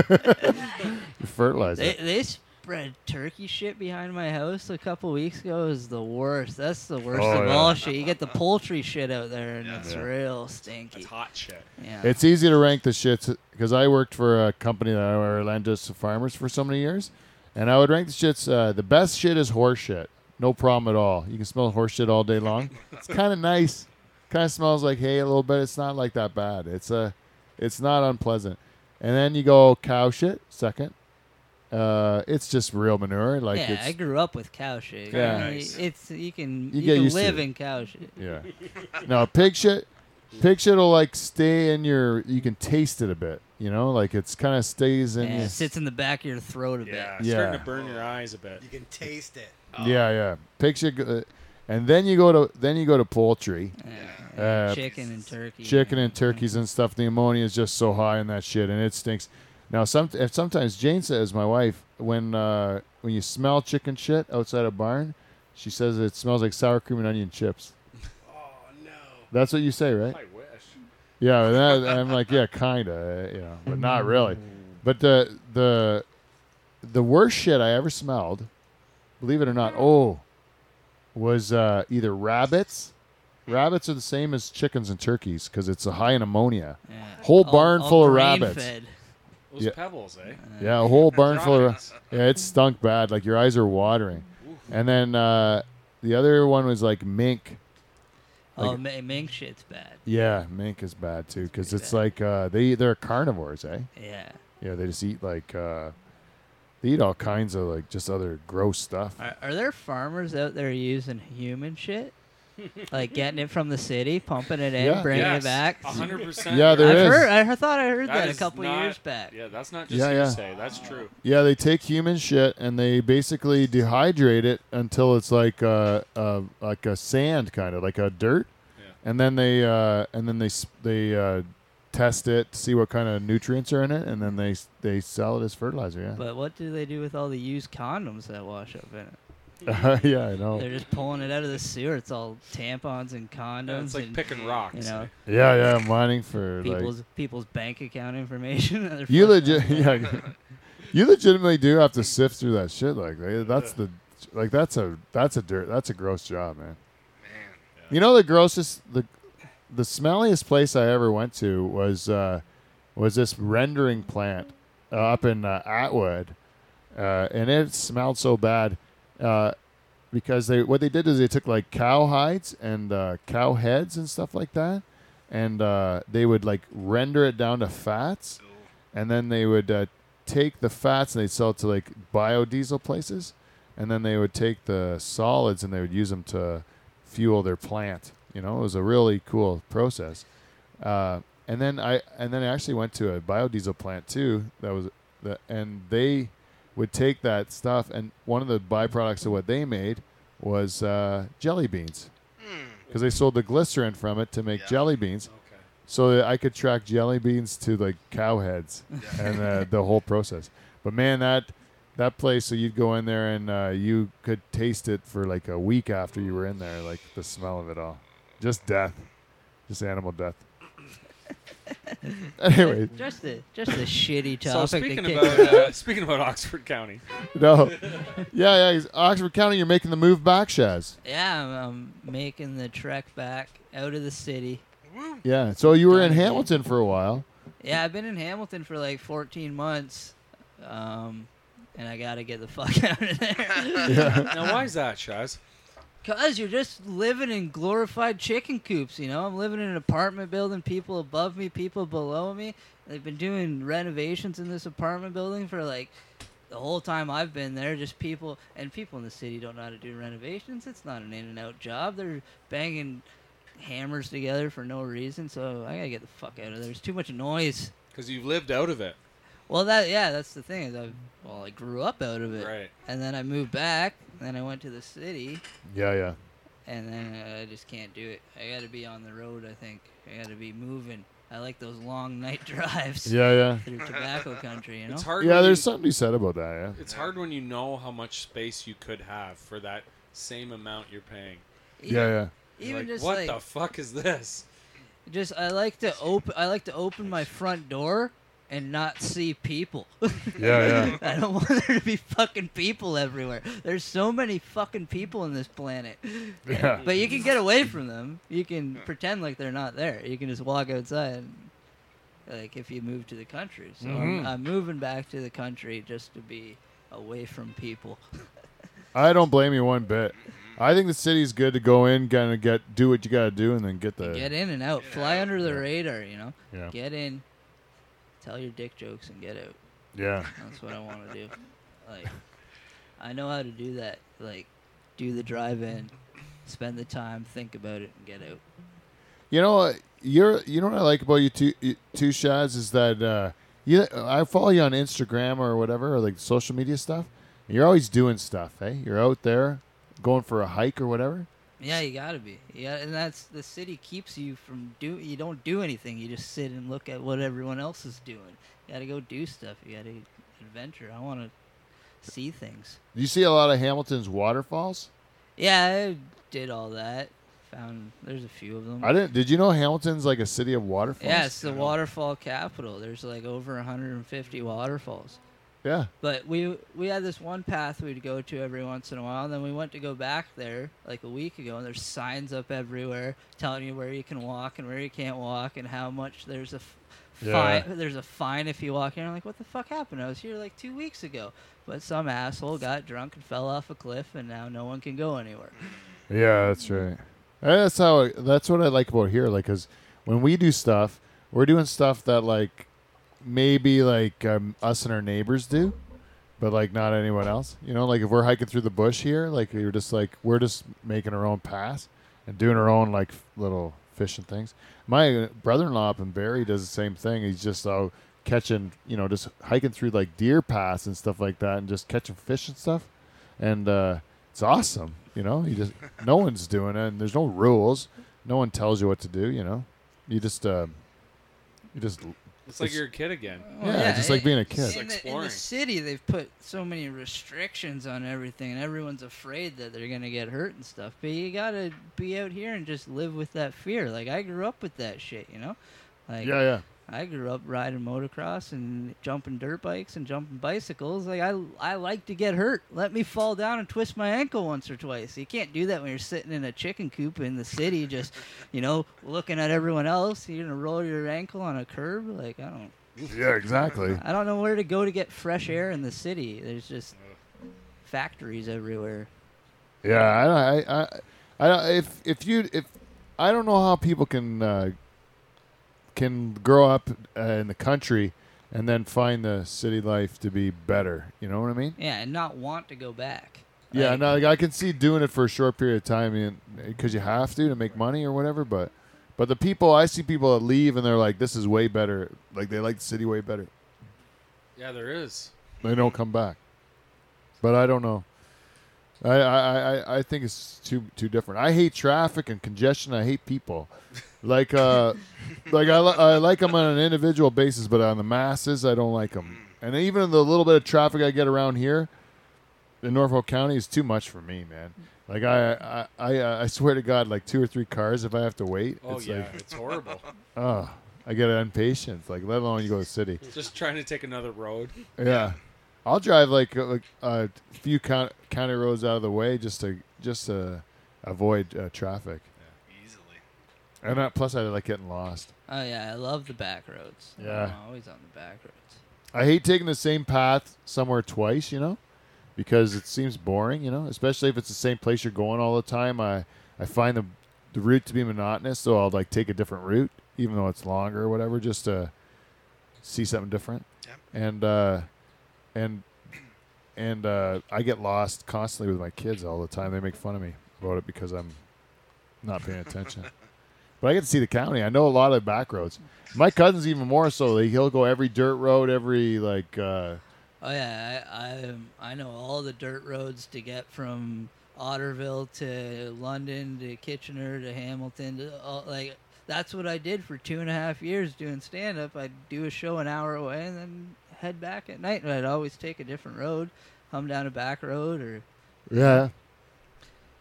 [SPEAKER 1] You fertilize
[SPEAKER 4] They,
[SPEAKER 1] it.
[SPEAKER 4] they spread turkey shit behind my house a couple weeks ago. Is the worst. That's the worst
[SPEAKER 1] Oh,
[SPEAKER 4] of
[SPEAKER 1] yeah.
[SPEAKER 4] all shit. You get the poultry shit out there, and it's
[SPEAKER 1] Yeah.
[SPEAKER 4] real stinky.
[SPEAKER 3] That's hot shit.
[SPEAKER 4] Yeah.
[SPEAKER 1] It's easy to rank the shits because I worked for a company that Orlando's farmers for so many years, and I would rank the shits. Uh, the best shit is horse shit. No problem at all. You can smell horse shit all day long. it's kind of nice. Kind of smells like hay a little bit. It's not like that bad. It's uh, it's not unpleasant. And then you go cow shit second. Uh, it's just real manure. Like
[SPEAKER 4] yeah,
[SPEAKER 1] it's,
[SPEAKER 4] I grew up with cow shit.
[SPEAKER 1] Yeah.
[SPEAKER 4] I mean,
[SPEAKER 3] Nice.
[SPEAKER 4] It's you can
[SPEAKER 1] You
[SPEAKER 4] you,
[SPEAKER 1] get
[SPEAKER 4] can
[SPEAKER 1] used to
[SPEAKER 4] live
[SPEAKER 1] it.
[SPEAKER 4] in cow shit.
[SPEAKER 1] Yeah. No, pig shit. Pig shit will like stay in your. You can taste it a bit. You know, like it's kind of stays in.
[SPEAKER 4] Yeah,
[SPEAKER 1] your,
[SPEAKER 4] it sits in the back of your throat a
[SPEAKER 3] Yeah.
[SPEAKER 4] bit.
[SPEAKER 3] It's
[SPEAKER 1] Yeah.
[SPEAKER 3] Starting to burn your eyes a bit.
[SPEAKER 7] You can taste it.
[SPEAKER 1] Yeah, yeah. Pig shit. go- and then you go to then you go to poultry,
[SPEAKER 4] Yeah.
[SPEAKER 1] Uh,
[SPEAKER 4] chicken and turkey.
[SPEAKER 1] chicken and turkeys and stuff. The ammonia is just so high in that shit, and it stinks. Now, some if sometimes Jane says, my wife, when uh, when you smell chicken shit outside a barn, she says it smells like sour cream and onion chips.
[SPEAKER 6] Oh, no.
[SPEAKER 1] That's what you say, right?
[SPEAKER 6] I wish.
[SPEAKER 1] Yeah, and that, and I'm like, yeah, kinda, uh, you know, but not really. But the the the worst shit I ever smelled, believe it or not, oh, was uh, either rabbits. Rabbits are the same as chickens and turkeys because it's a high in ammonia.
[SPEAKER 4] Yeah.
[SPEAKER 1] Whole
[SPEAKER 4] All-
[SPEAKER 1] barn
[SPEAKER 4] all
[SPEAKER 1] full of
[SPEAKER 4] grain
[SPEAKER 1] rabbits.
[SPEAKER 4] fed.
[SPEAKER 3] Those
[SPEAKER 1] Yeah.
[SPEAKER 3] pebbles, eh?
[SPEAKER 1] Yeah, a whole barn full of. Yeah, it stunk bad. Like your eyes are watering. And then uh, the other one was like mink.
[SPEAKER 4] Oh,
[SPEAKER 1] Like-
[SPEAKER 4] ma- mink shit's bad.
[SPEAKER 1] Yeah, mink is bad too because
[SPEAKER 4] pretty
[SPEAKER 1] it's
[SPEAKER 4] bad.
[SPEAKER 1] like uh, they they're carnivores, eh?
[SPEAKER 4] Yeah.
[SPEAKER 1] Yeah, they just eat like uh, they eat all kinds of like just other gross stuff.
[SPEAKER 4] Are, are there farmers out there using human shit? like getting it from the city, pumping it in,
[SPEAKER 1] Yeah.
[SPEAKER 4] bringing
[SPEAKER 3] Yes,
[SPEAKER 4] it back.
[SPEAKER 3] a hundred percent.
[SPEAKER 1] Yeah,
[SPEAKER 4] I've
[SPEAKER 1] there is.
[SPEAKER 4] heard. I he- thought I heard
[SPEAKER 3] That
[SPEAKER 4] that, a
[SPEAKER 3] is
[SPEAKER 4] couple
[SPEAKER 3] not-
[SPEAKER 4] years back.
[SPEAKER 3] Yeah, that's not just
[SPEAKER 1] Yeah, yeah.
[SPEAKER 3] hearsay. That's true.
[SPEAKER 1] Yeah, they take human shit and they basically dehydrate it until it's like uh, uh like a sand kind of like a dirt,
[SPEAKER 3] Yeah.
[SPEAKER 1] and then they uh, and then they s- they uh, test it to see what kind of nutrients are in it, and then they s- they sell it as fertilizer. Yeah,
[SPEAKER 4] But what do they do with all the used condoms that wash up in it?
[SPEAKER 1] yeah, I know.
[SPEAKER 4] They're just pulling it out of the sewer. It's all tampons and condoms.
[SPEAKER 3] Yeah, it's like
[SPEAKER 4] and,
[SPEAKER 3] picking rocks.
[SPEAKER 4] you know,
[SPEAKER 1] Yeah, yeah, mining for like
[SPEAKER 4] people's people's bank account information. that they're
[SPEAKER 1] you
[SPEAKER 4] fucking-
[SPEAKER 1] legit. Yeah, you legitimately do have to sift through that shit. Like they- that's the like that's a that's a dirt that's a gross job, man.
[SPEAKER 2] Man.
[SPEAKER 1] You know the grossest the the smelliest place I ever went to was uh, was this rendering plant uh, up in uh, Atwood, uh, and it smelled so bad uh, because they what they did is they took like cow hides and uh, cow heads and stuff like that, and uh, they would like render it down to fats, and then they would uh, take the fats and they'd sell it to like biodiesel places, and then they would take the solids and they would use them to fuel their plant. You know, it was a really cool process. Uh, and then I and then I actually went to a biodiesel plant too. That was the and they would take that stuff and one of the byproducts of what they made was uh, jelly beans because they sold the glycerin from it to make
[SPEAKER 2] Yeah.
[SPEAKER 1] jelly beans.
[SPEAKER 3] Okay.
[SPEAKER 1] So that I could track jelly beans to like cow heads and uh, the whole process. But man, that that place. So you'd go in there and uh, you could taste it for like a week after you were in there, like the smell of it all. Just death, just animal death. anyway,
[SPEAKER 4] Just a just a shitty
[SPEAKER 3] So
[SPEAKER 4] topic. to
[SPEAKER 3] speaking
[SPEAKER 4] kick
[SPEAKER 3] about uh, speaking about Oxford County,
[SPEAKER 1] no, yeah, yeah. Oxford County, you're making the move back, Shaz.
[SPEAKER 4] Yeah, I'm, I'm making the trek back out of the city.
[SPEAKER 1] Yeah. So you were in
[SPEAKER 4] Down here.
[SPEAKER 1] Hamilton for a while.
[SPEAKER 4] Yeah, I've been in Hamilton for like 14 months, um, and I gotta get the fuck out of there.
[SPEAKER 3] now why is that, Shaz?
[SPEAKER 4] Cause you're just living in glorified chicken coops, you know. I'm living in an apartment building, people above me, people below me. They've been doing renovations in this apartment building for like the whole time I've been there. Just people and people in the city don't know how to do renovations. It's not an in and out job. They're banging hammers together for no reason. So I gotta get the fuck out of there. There's too much noise.
[SPEAKER 3] Because you've lived out of it.
[SPEAKER 4] Well, that yeah, that's the thing is I well I grew up out of it,
[SPEAKER 3] Right.
[SPEAKER 4] and then I moved back, then I went to the city,
[SPEAKER 1] Yeah, yeah.
[SPEAKER 4] and then I just can't do it. I got to be on the road. I think I got to be moving. I like those long night drives
[SPEAKER 1] Yeah, yeah.
[SPEAKER 4] through tobacco country. You know,
[SPEAKER 3] It's hard.
[SPEAKER 1] Yeah,
[SPEAKER 3] when
[SPEAKER 1] there's
[SPEAKER 3] you-
[SPEAKER 1] something to be said about that.
[SPEAKER 3] It's hard when you know how much space you could have for that same amount you're paying.
[SPEAKER 1] Yeah, yeah, yeah.
[SPEAKER 3] You're
[SPEAKER 4] Even
[SPEAKER 3] like,
[SPEAKER 4] just
[SPEAKER 3] what
[SPEAKER 4] like
[SPEAKER 3] the fuck is this?
[SPEAKER 4] just I like to open I like to open my front door and not see people.
[SPEAKER 1] Yeah, yeah.
[SPEAKER 4] I don't want there to be fucking people everywhere. There's so many fucking people on this planet.
[SPEAKER 1] Yeah.
[SPEAKER 4] But you can get away from them. You can pretend like they're not there. You can just walk outside. Like if you move to the country. So I'm,
[SPEAKER 1] Mm-hmm.
[SPEAKER 4] I'm moving back to the country just to be away from people.
[SPEAKER 1] I don't blame you one bit. I think the city's good to go in, kind of get do what you got to do, and then get the
[SPEAKER 4] Get in and out. Fly under the
[SPEAKER 1] Uh, Yeah.
[SPEAKER 4] radar, you know?
[SPEAKER 1] Yeah.
[SPEAKER 4] Get in, tell your dick jokes, and get out.
[SPEAKER 1] yeah,
[SPEAKER 4] That's what I want to do. Like, I know how to do that. Like, do the drive in, spend the time, think about it, and get out.
[SPEAKER 1] You know, uh, you're you know what I like about you two you two shots is that uh, you I follow you on Instagram or whatever, or like social media stuff. You're always doing stuff, hey? You're out there going for a hike or whatever.
[SPEAKER 4] Yeah, you gotta be. Yeah, and that's the city keeps you from do. You don't do anything. You just sit and look at what everyone else is doing. You gotta go do stuff. You gotta adventure. I want to see things.
[SPEAKER 1] Do you see a lot of Hamilton's waterfalls?
[SPEAKER 4] Yeah, I did all that. Found there's a few of them.
[SPEAKER 1] I didn't. Did you know Hamilton's like a city of waterfalls?
[SPEAKER 4] yeah, it's the waterfall capital. There's like over 150 waterfalls.
[SPEAKER 1] Yeah.
[SPEAKER 4] But we we had this one path we'd go to every once in a while, and then we went to go back there like a week ago, and there's signs up everywhere telling you where you can walk and where you can't walk, and how much there's a f-
[SPEAKER 1] Yeah.
[SPEAKER 4] fine. There's a fine if you walk in. I'm like, what the fuck happened? I was here like two weeks ago, but some asshole got drunk and fell off a cliff, and now no one can go anywhere.
[SPEAKER 1] Yeah, that's right. And That's how. that's what I like about here. Like, cause when we do stuff, we're doing stuff that like maybe like um, us and our neighbors do, but like not anyone else. You know, like if we're hiking through the bush here, like we are just like we're just making our own pass, and doing her own like little fishing things. My brother-in-law up in Barrie does the same thing. He's just out catching, you know, just hiking through like deer paths and stuff like that, and just catching fish and stuff. And uh, it's awesome, you know. You just no one's doing it, and there's no rules. No one tells you what to do, you know. You just, uh, you just,
[SPEAKER 3] It's like
[SPEAKER 1] It's-
[SPEAKER 3] you're a kid again.
[SPEAKER 4] Well,
[SPEAKER 1] yeah, just like being a
[SPEAKER 4] In,
[SPEAKER 1] kid.
[SPEAKER 3] like
[SPEAKER 4] the, in the
[SPEAKER 3] exploring.
[SPEAKER 4] city, they've put so many restrictions on everything, and everyone's afraid that they're gonna get hurt and stuff. But you gotta be out here and just live with that fear. Like I grew up with that shit, you know. Like
[SPEAKER 1] yeah, yeah.
[SPEAKER 4] I grew up riding motocross and jumping dirt bikes and jumping bicycles. Like I, I like to get hurt. Let me fall down and twist my ankle once or twice. You can't do that when you're sitting in a chicken coop in the city, just you know, looking at everyone else. You're gonna roll your ankle on a curb. Like I don't,
[SPEAKER 1] Yeah, exactly.
[SPEAKER 4] I don't know where to go to get fresh air in the city. There's just factories everywhere.
[SPEAKER 1] Yeah, I, I, I, I don't- if if you if I don't know how people can uh, can grow up uh, in the country and then find the city life to be better. You know what I mean?
[SPEAKER 4] Yeah, and not want to go back.
[SPEAKER 1] Yeah,
[SPEAKER 4] Like,
[SPEAKER 1] no, like, I can see doing it for a short period of time because you have to to make money or whatever. But but the people I see people that leave and they're like, this is way better. Like they like the city way better.
[SPEAKER 3] Yeah, there is.
[SPEAKER 1] They don't come back. But I don't know. I I, I, I think it's too too different. I hate traffic and congestion. I hate people. Like uh, like I, li- I like them on an individual basis, but on the masses, I don't like them. And even the little bit of traffic I get around here in Norfolk County is too much for me, man. Like I I I, uh, I swear to God, like two or three cars if I have to wait.
[SPEAKER 3] Oh
[SPEAKER 1] it's
[SPEAKER 3] yeah,
[SPEAKER 1] like
[SPEAKER 3] it's horrible.
[SPEAKER 1] oh, I get impatient. Like let alone you go to the city.
[SPEAKER 3] Just trying to take another road.
[SPEAKER 1] Yeah, I'll drive like a, like a few county, county roads out of the way just to just to avoid uh, traffic.
[SPEAKER 2] Easily.
[SPEAKER 1] And uh, plus, I like getting lost.
[SPEAKER 4] Oh yeah, I love the back roads.
[SPEAKER 1] Yeah.
[SPEAKER 4] I'm always on the back roads.
[SPEAKER 1] I hate taking the same path somewhere twice, you know, because it seems boring, you know, especially if it's the same place you're going all the time. I I find the the route to be monotonous, so I'll like take a different route, even though it's longer or whatever, just to see something different.
[SPEAKER 2] Yep.
[SPEAKER 1] And uh, and and uh, I get lost constantly with my kids all the time. They make fun of me about it because I'm not paying attention. But I get to see the county. I know a lot of back roads. My cousin's even more so. Like, he'll go every dirt road, every like. Uh,
[SPEAKER 4] Oh yeah, I I, I know all the dirt roads to get from Otterville to London to Kitchener to Hamilton to all, like that's what I did for two and a half years doing stand up. I'd do a show an hour away and then head back at night, and I'd always take a different road, hum down a back road or
[SPEAKER 1] yeah,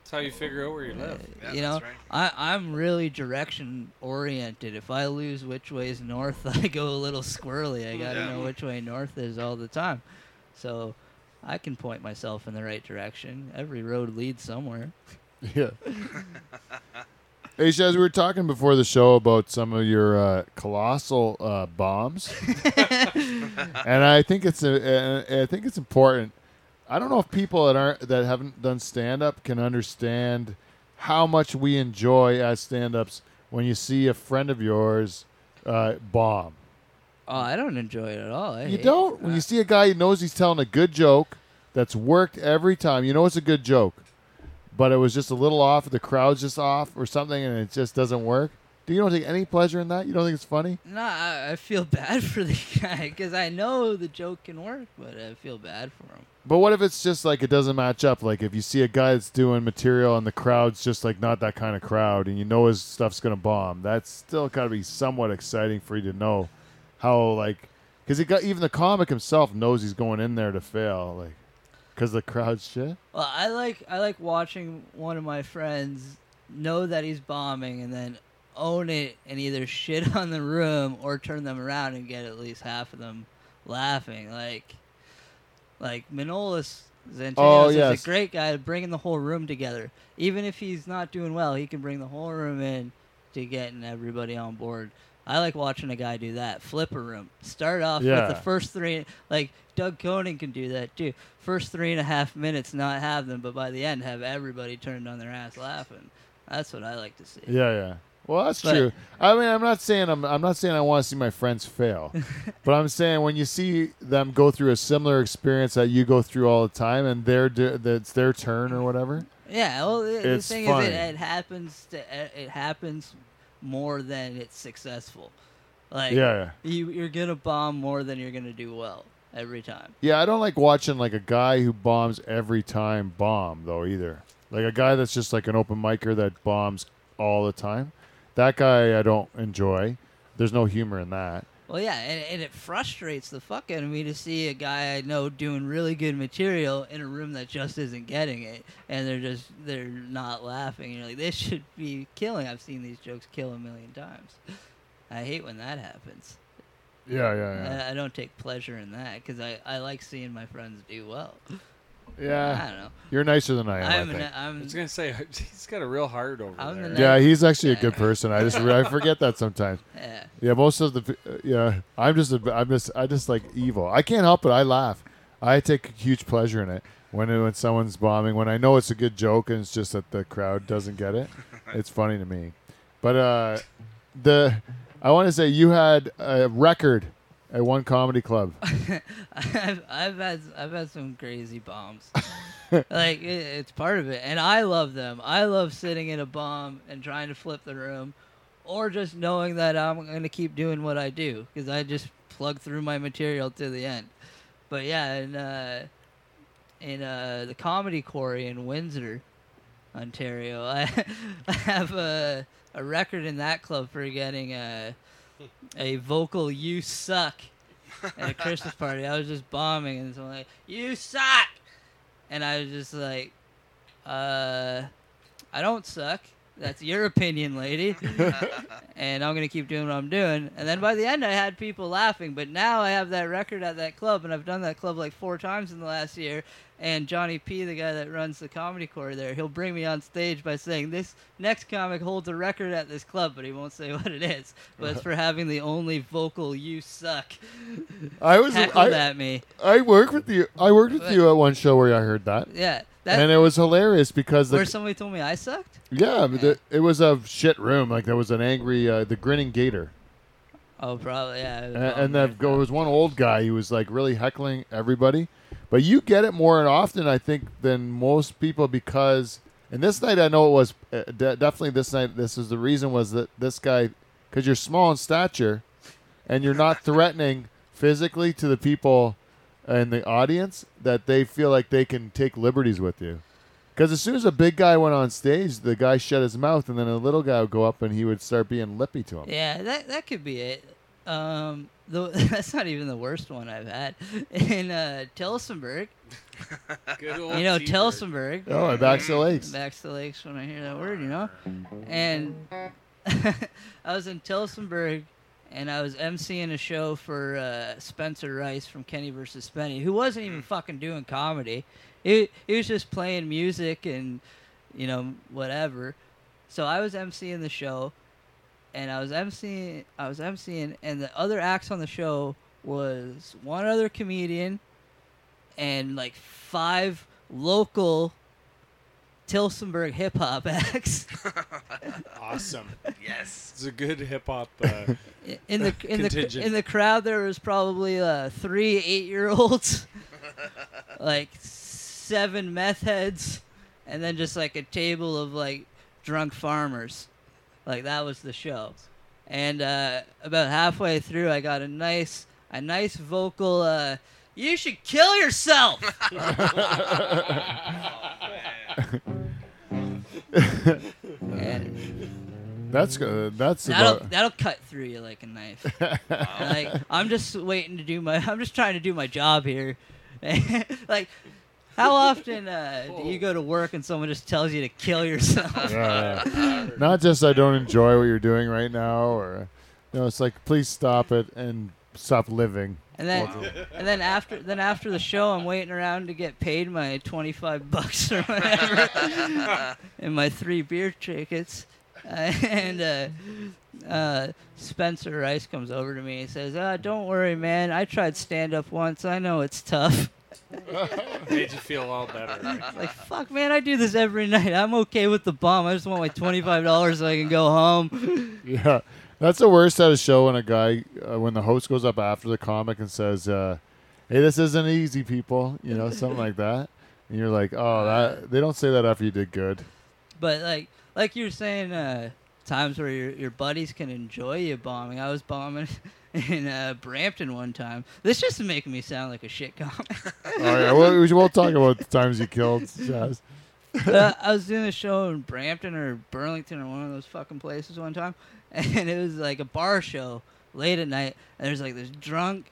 [SPEAKER 3] That's how you figure out where you live.
[SPEAKER 2] Yeah,
[SPEAKER 4] you know
[SPEAKER 2] that's right.
[SPEAKER 4] I, i'm really direction oriented if i lose which way is north i go a little squirrely i gotta
[SPEAKER 2] Yeah.
[SPEAKER 4] know which way north is all the time so i can point myself in the right direction every road leads somewhere
[SPEAKER 1] yeah. Hey, Shaz, we were talking before the show about some of your uh, colossal uh, bombs, and I think it's a, uh, I think it's important. I don't know if people that aren't that haven't done stand up can understand how much we enjoy as stand ups when you see a friend of yours uh, bomb.
[SPEAKER 4] oh i don't enjoy it Uh, at all I
[SPEAKER 1] You
[SPEAKER 4] hate-
[SPEAKER 1] don't. When you see a guy who knows he's telling a good joke that's worked every time, you know it's a good joke, but it was just a little off, the crowd's just off or something, and it just doesn't work. Do you don't take any pleasure in that? You don't think it's funny?
[SPEAKER 4] no I, I feel bad for the guy because i know the joke can work but i feel bad for him
[SPEAKER 1] But what if it's just like it doesn't match up? Like if you see a guy that's doing material and the crowd's just like not that kind of crowd, and you know his stuff's gonna bomb. That's still gotta be somewhat exciting for you to know how like because got even the comic himself knows he's going in there to fail, like because the crowd's shit.
[SPEAKER 4] Well, I like I like watching one of my friends know that he's bombing and then own it and either shit on the room or turn them around and get at least half of them laughing. Like, like Manolis Zentinos
[SPEAKER 1] Oh,
[SPEAKER 4] is
[SPEAKER 1] yes.
[SPEAKER 4] a great guy at bringing the whole room together. Even if he's not doing well, he can bring the whole room in to getting everybody on board. I like watching a guy do that. Flip a room. Start off
[SPEAKER 1] Yeah.
[SPEAKER 4] with the first three. Like Doug Conan can do that too. First three and a half minutes, not have them, but by the end, have everybody turned on their ass laughing. That's what I like to see.
[SPEAKER 1] Yeah, yeah. Well, that's
[SPEAKER 4] But-
[SPEAKER 1] true. I mean, I'm not saying I'm, I'm not saying I want to see my friends fail, but I'm saying when you see them go through a similar experience that you go through all the time, and they're do, that it's their turn or whatever,
[SPEAKER 4] Yeah, well, the, the
[SPEAKER 1] It's
[SPEAKER 4] thing
[SPEAKER 1] funny.
[SPEAKER 4] is, it, it happens. To, it happens more than it's successful. Like,
[SPEAKER 1] Yeah.
[SPEAKER 4] you, you're gonna bomb more than you're gonna do well every time.
[SPEAKER 1] Yeah, I don't like watching like a guy who bombs every time bomb though either. Like a guy that's just like an open micer that bombs all the time. That guy I don't enjoy. There's no humor in that.
[SPEAKER 4] Well, yeah, and, and it frustrates the fuck out of me to see a guy I know doing really good material in a room that just isn't getting it, and they're just they're not laughing. You're like, this should be killing. I've seen these jokes kill a million times. I hate when that happens.
[SPEAKER 1] Yeah, yeah, yeah.
[SPEAKER 4] I, I don't take pleasure in that because I, I like seeing my friends do well. I
[SPEAKER 1] yeah.
[SPEAKER 4] don't know.
[SPEAKER 1] You're nicer than I am. I
[SPEAKER 4] I'm
[SPEAKER 1] think.
[SPEAKER 4] an, I'm
[SPEAKER 3] I was gonna say he's got a real heart over
[SPEAKER 4] I'm
[SPEAKER 3] there.
[SPEAKER 4] the
[SPEAKER 1] yeah, he's actually a good person. I just I forget that sometimes.
[SPEAKER 4] yeah.
[SPEAKER 1] Yeah, most of the pe- uh, yeah, I'm just a, I'm just I just like evil. I can't help it. I laugh. I take huge pleasure in it when when someone's bombing. When I know it's a good joke and it's just that the crowd doesn't get it, it's funny to me. But uh, the I want to say you had a record at one comedy club.
[SPEAKER 4] I've, I've had I've had some crazy bombs. like it, it's part of it, and I love them. I love sitting in a bomb and trying to flip the room, or just knowing that I'm going to keep doing what I do because I just plug through my material to the end. But yeah, in uh, in uh, the comedy quarry in Windsor, Ontario, I, I have a a record in that club for getting a a vocal "You suck." at a Christmas party. I was just bombing, and someone like, "You suck," and I was just like, "Uh, I don't suck. That's your opinion, lady." and I'm gonna keep doing what I'm doing. And then by the end, I had people laughing. But now I have that record at that club, and I've done that club like four times in the last year. And Johnny P, the guy that runs the comedy core there, he'll bring me on stage by saying, "This next comic holds a record at this club," but he won't say what it is. But it's for having the only vocal "You suck"
[SPEAKER 1] I was
[SPEAKER 4] heckled
[SPEAKER 1] I,
[SPEAKER 4] at me.
[SPEAKER 1] I worked with you. I worked with you at one show where I heard that,
[SPEAKER 4] Yeah, that
[SPEAKER 1] and it was hilarious because the
[SPEAKER 4] where somebody told me I sucked.
[SPEAKER 1] yeah, but the, it was a shit room. Like there was an angry uh, the grinning gator.
[SPEAKER 4] Oh, probably yeah. it was
[SPEAKER 1] and,
[SPEAKER 4] on
[SPEAKER 1] and
[SPEAKER 4] there.
[SPEAKER 1] that there was one old guy who was like really heckling everybody. But you get it more often, I think, than most people because. And this night, I know it was uh, de- definitely this night. This is the reason was that this guy, because you're small in stature, and you're not threatening physically to the people in the audience that they feel like they can take liberties with you. Because as soon as a big guy went on stage, the guy shut his mouth, and then a little guy would go up and he would start being lippy to him.
[SPEAKER 4] Yeah, that that could be it. Um, the, that's not even the worst one I've had in uh, Tilsonburg.
[SPEAKER 3] Good old
[SPEAKER 4] You know,
[SPEAKER 3] T-bird.
[SPEAKER 4] Tilsonburg.
[SPEAKER 1] Oh, it backs the legs.
[SPEAKER 4] Back to the lakes when I hear that word, you know? And I was in Tilsonburg and I was emceeing a show for uh, Spencer Rice from Kenny versus Spenny, who wasn't even fucking doing comedy. He, he was just playing music and, you know, whatever. So I was emceeing the show and I was emceeing, I was emceeing, and the other acts on the show was one other comedian and like five local Tilsonburg hip hop acts
[SPEAKER 7] Awesome.
[SPEAKER 2] Yes.
[SPEAKER 3] It's a good hip hop. Uh,
[SPEAKER 4] in the in the
[SPEAKER 3] Contingent.
[SPEAKER 4] in the crowd. There was probably uh, three eight year olds, like seven meth heads, and then just like a table of like drunk farmers. Like that was the show, and uh, about halfway through, I got a nice a nice vocal. Uh, you should kill yourself. And-
[SPEAKER 1] That's good. That's
[SPEAKER 4] That'll
[SPEAKER 1] about-
[SPEAKER 4] that'll cut through you like a knife. like I'm just waiting to do my I'm just trying to do my job here. like how often uh, do you go to work and someone just tells you to kill yourself?
[SPEAKER 1] Yeah, yeah. not just I don't enjoy what you're doing right now, or you know, it's like please stop it and stop living.
[SPEAKER 4] And then and then after then after the show I'm waiting around to get paid my 25 bucks or whatever and my three beer tickets. Uh, and uh, uh, Spencer Rice comes over to me and says, uh, "Don't worry, man. I tried stand up once. I know it's tough."
[SPEAKER 3] made you feel all better.
[SPEAKER 4] Like, fuck, man, I do this every night. I'm okay with the bomb. I just want my $25 so I can go home.
[SPEAKER 1] Yeah, that's the worst at a show when a guy uh, when the host goes up after the comic and says, uh, "Hey, this isn't easy, people," you know, something like that. and you're like, oh, that they don't say that after you did good.
[SPEAKER 4] But like like you're saying, uh, times where your your buddies can enjoy you bombing. I was bombing in uh, Brampton one time. This just is making me sound like a shit comic.
[SPEAKER 1] All right, well, we will talk about the times you killed. Chaz.
[SPEAKER 4] uh, I was doing a show in Brampton or Burlington or one of those fucking places one time, and it was like a bar show late at night. And there's like this drunk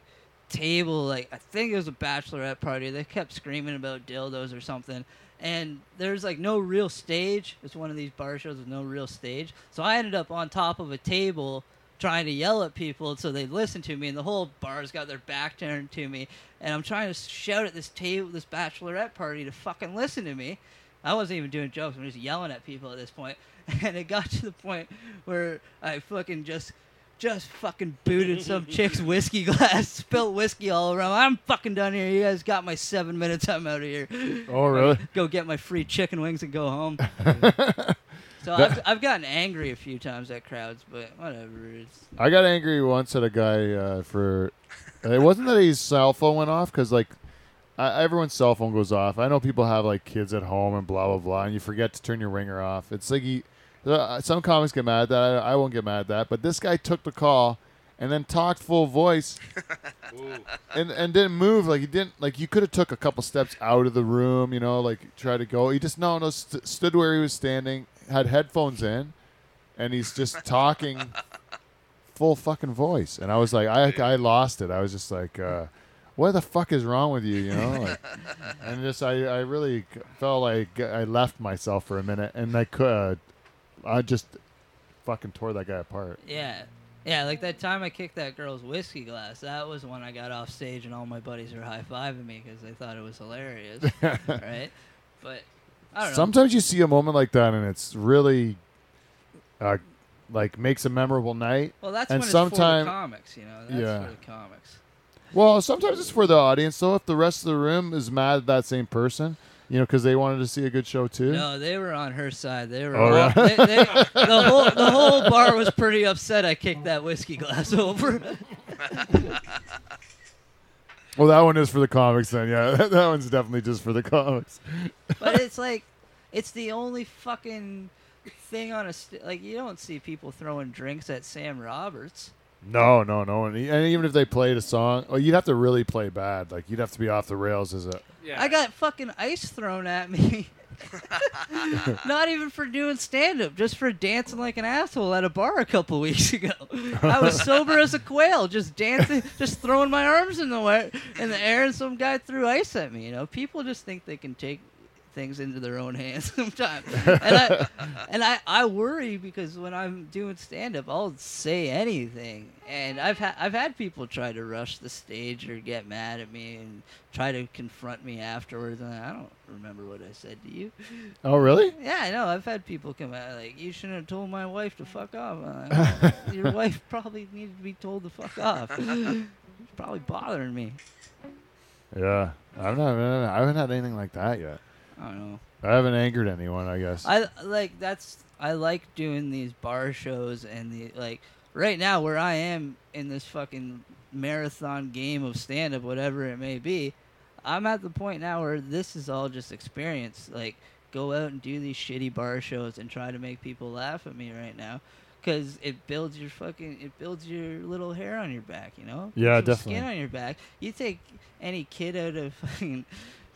[SPEAKER 4] table, like I think it was a bachelorette party. They kept screaming about dildos or something. And there's like no real stage. It's one of these bar shows with no real stage. So I ended up on top of a table trying to yell at people so they listen to me and the whole bar's got their back turned to me and I'm trying to shout at this table this bachelorette party to fucking listen to me. I wasn't even doing jokes, I'm just yelling at people at this point. And it got to the point where I fucking just just fucking booted some chick's whiskey glass, spilled whiskey all around. I'm fucking done here. You guys got my seven minutes. I'm out of here.
[SPEAKER 1] Oh, really?
[SPEAKER 4] Go get my free chicken wings and go home. So
[SPEAKER 1] That-
[SPEAKER 4] I've, I've gotten angry a few times at crowds, but whatever. It's,
[SPEAKER 1] I got angry once at a guy uh, for. It wasn't that his cell phone went off because like I, everyone's cell phone goes off. I know people have like kids at home and blah blah blah, and you forget to turn your ringer off. It's like he, uh, some comics get mad at that. I, I won't get mad at that, but this guy took the call and then talked full voice and and didn't move. Like he didn't like you could have took a couple steps out of the room. You know, like try to go. He just no no st- stood where he was standing, had headphones in, and he's just talking full fucking voice. And I was like, I, I lost it. I was just like, uh, what the fuck is wrong with you? You know, like, and just I, I really felt like I left myself for a minute, and I could, I just fucking tore that guy apart.
[SPEAKER 4] yeah. Yeah, like that time I kicked that girl's whiskey glass. That was when I got off stage and all my buddies were high fiving me because they thought it was hilarious. right? But I don't know.
[SPEAKER 1] Sometimes you see a moment like that, and it's really, uh, like makes a memorable night.
[SPEAKER 4] Well, that's
[SPEAKER 1] and
[SPEAKER 4] when it's
[SPEAKER 1] sometime-
[SPEAKER 4] for the comics, you know. That's
[SPEAKER 1] Yeah.
[SPEAKER 4] for the comics.
[SPEAKER 1] Well, sometimes it's for the audience. So if the rest of the room is mad at that same person, you know, because they wanted to see a good show too.
[SPEAKER 4] No, they were on her side. They were.
[SPEAKER 1] Oh,
[SPEAKER 4] all-
[SPEAKER 1] really?
[SPEAKER 4] they- they- the whole the whole bar was pretty upset. I kicked that whiskey glass over.
[SPEAKER 1] Well, that one is for the comics then. Yeah, that one's definitely just for the comics.
[SPEAKER 4] but it's like it's the only fucking thing on a st- like you don't see people throwing drinks at Sam Roberts.
[SPEAKER 1] No, no, no. And, e- and even if they played a song, oh, you'd have to really play bad. Like you'd have to be off the rails as a.
[SPEAKER 3] Yeah.
[SPEAKER 4] I got fucking ice thrown at me. Not even for doing stand up, just for dancing like an asshole at a bar a couple weeks ago. I was sober as a quail, just dancing, just throwing my arms in the air, in the air, and some guy threw ice at me. You know, people just think they can take things into their own hands sometimes, and I and I, I worry because when I'm doing stand up, I'll say anything, and I've had I've had people try to rush the stage or get mad at me and try to confront me afterwards, and I don't remember what I said to you.
[SPEAKER 1] Oh, really?
[SPEAKER 4] Yeah, I know. I've had people come out like, "You shouldn't have told my wife to fuck off." I'm like, "Well, your wife probably needed to be told to fuck off. It's probably bothering me.
[SPEAKER 1] Yeah. I'm not. I haven't had anything like that yet.
[SPEAKER 4] I don't know.
[SPEAKER 1] I haven't angered anyone. I guess.
[SPEAKER 4] I like that's I like doing these bar shows and the like right now where I am in this fucking marathon game of stand up whatever it may be. I'm at the point now where this is all just experience like go out and do these shitty bar shows and try to make people laugh at me right now cuz it builds your fucking it builds your little hair on your back, you know?
[SPEAKER 1] Yeah,
[SPEAKER 4] Put some Skin
[SPEAKER 1] definitely.
[SPEAKER 4] on your back. You take any kid out of fucking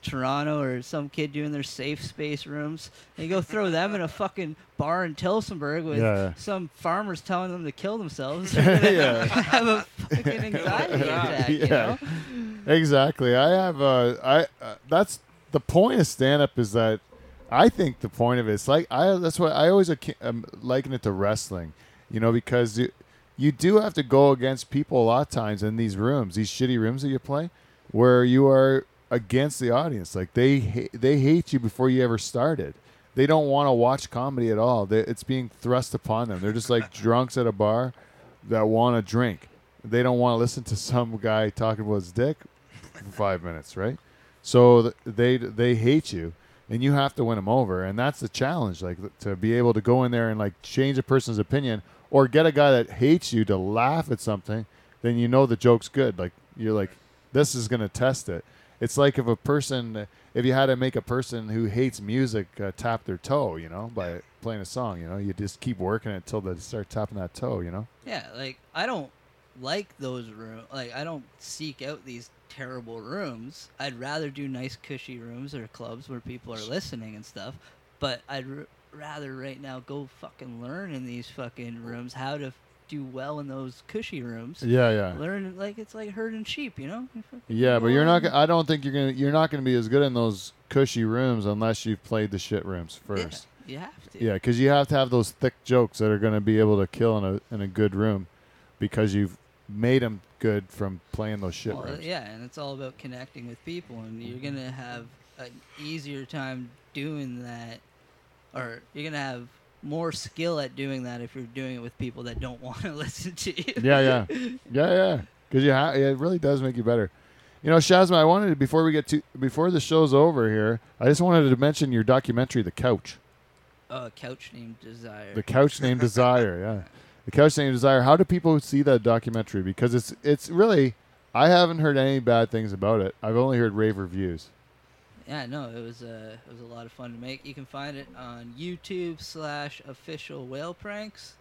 [SPEAKER 4] Toronto or some kid doing their safe space rooms. And you go throw them in a fucking bar in Tilsonburg with
[SPEAKER 1] Yeah.
[SPEAKER 4] some farmers telling them to kill themselves.
[SPEAKER 1] Yeah.
[SPEAKER 4] have a fucking anxiety attack, you
[SPEAKER 1] Yeah.
[SPEAKER 4] know?
[SPEAKER 1] Exactly. I have. Uh, I. Uh, that's the point of stand up is that I think the point of it is like I. That's why I always ac- um, liken it to wrestling. You know, because you you do have to go against people a lot of times in these rooms, these shitty rooms that you play, where you are against the audience. Like they ha- they hate you before you ever started. They don't want to watch comedy at all. They, it's being thrust upon them. They're just like drunks at a bar that want to drink. They don't want to listen to some guy talking about his dick for five minutes, right? So th- they they hate you, and you have to win them over, and that's the challenge. Like to be able to go in there and like change a person's opinion, or get a guy that hates you to laugh at something, then you know the joke's good. Like you're like, this is gonna test it, It's like if a person, if you had to make a person who hates music uh, tap their toe, you know, by playing a song, you know, you just keep working it until they start tapping that toe, you know.
[SPEAKER 4] Yeah, like I don't like those room. Like I don't seek out these terrible rooms. I'd rather do nice cushy rooms or clubs where people are listening and stuff. But I'd r- rather right now go fucking learn in these fucking rooms how to f- do well in those cushy rooms.
[SPEAKER 1] Yeah, yeah.
[SPEAKER 4] Learn like it's like herding sheep, you know. You fucking
[SPEAKER 1] Yeah,
[SPEAKER 4] go
[SPEAKER 1] but you're not.
[SPEAKER 4] out
[SPEAKER 1] go- I don't think you're gonna. You're not gonna be as good in those cushy rooms unless you've played the shit rooms
[SPEAKER 4] and-
[SPEAKER 1] first.
[SPEAKER 4] Yeah, you have to.
[SPEAKER 1] Yeah, because you have to have those thick jokes that are gonna be able to kill in a in a good room, because you've made them good from playing those shit
[SPEAKER 4] Well,
[SPEAKER 1] rooms.
[SPEAKER 4] yeah, and it's all about connecting with people, and you're
[SPEAKER 1] Mm-hmm.
[SPEAKER 4] gonna have an easier time doing that, or you're gonna have more skill at doing that if you're doing it with people that don't want to listen to you.
[SPEAKER 1] yeah, yeah, yeah, yeah. Because you ha- it really does make you better. You know, Shazma, I wanted to, before we get to before the show's over here, I just wanted to mention your documentary, The Couch.
[SPEAKER 4] Uh, couch named Desire.
[SPEAKER 1] The couch named Desire, yeah. The couch named Desire. How do people see that documentary? Because it's it's really I haven't heard any bad things about it. I've only heard rave reviews.
[SPEAKER 4] yeah, no, it was uh, it was a lot of fun to make. You can find it on YouTube slash Official Whale Pranks.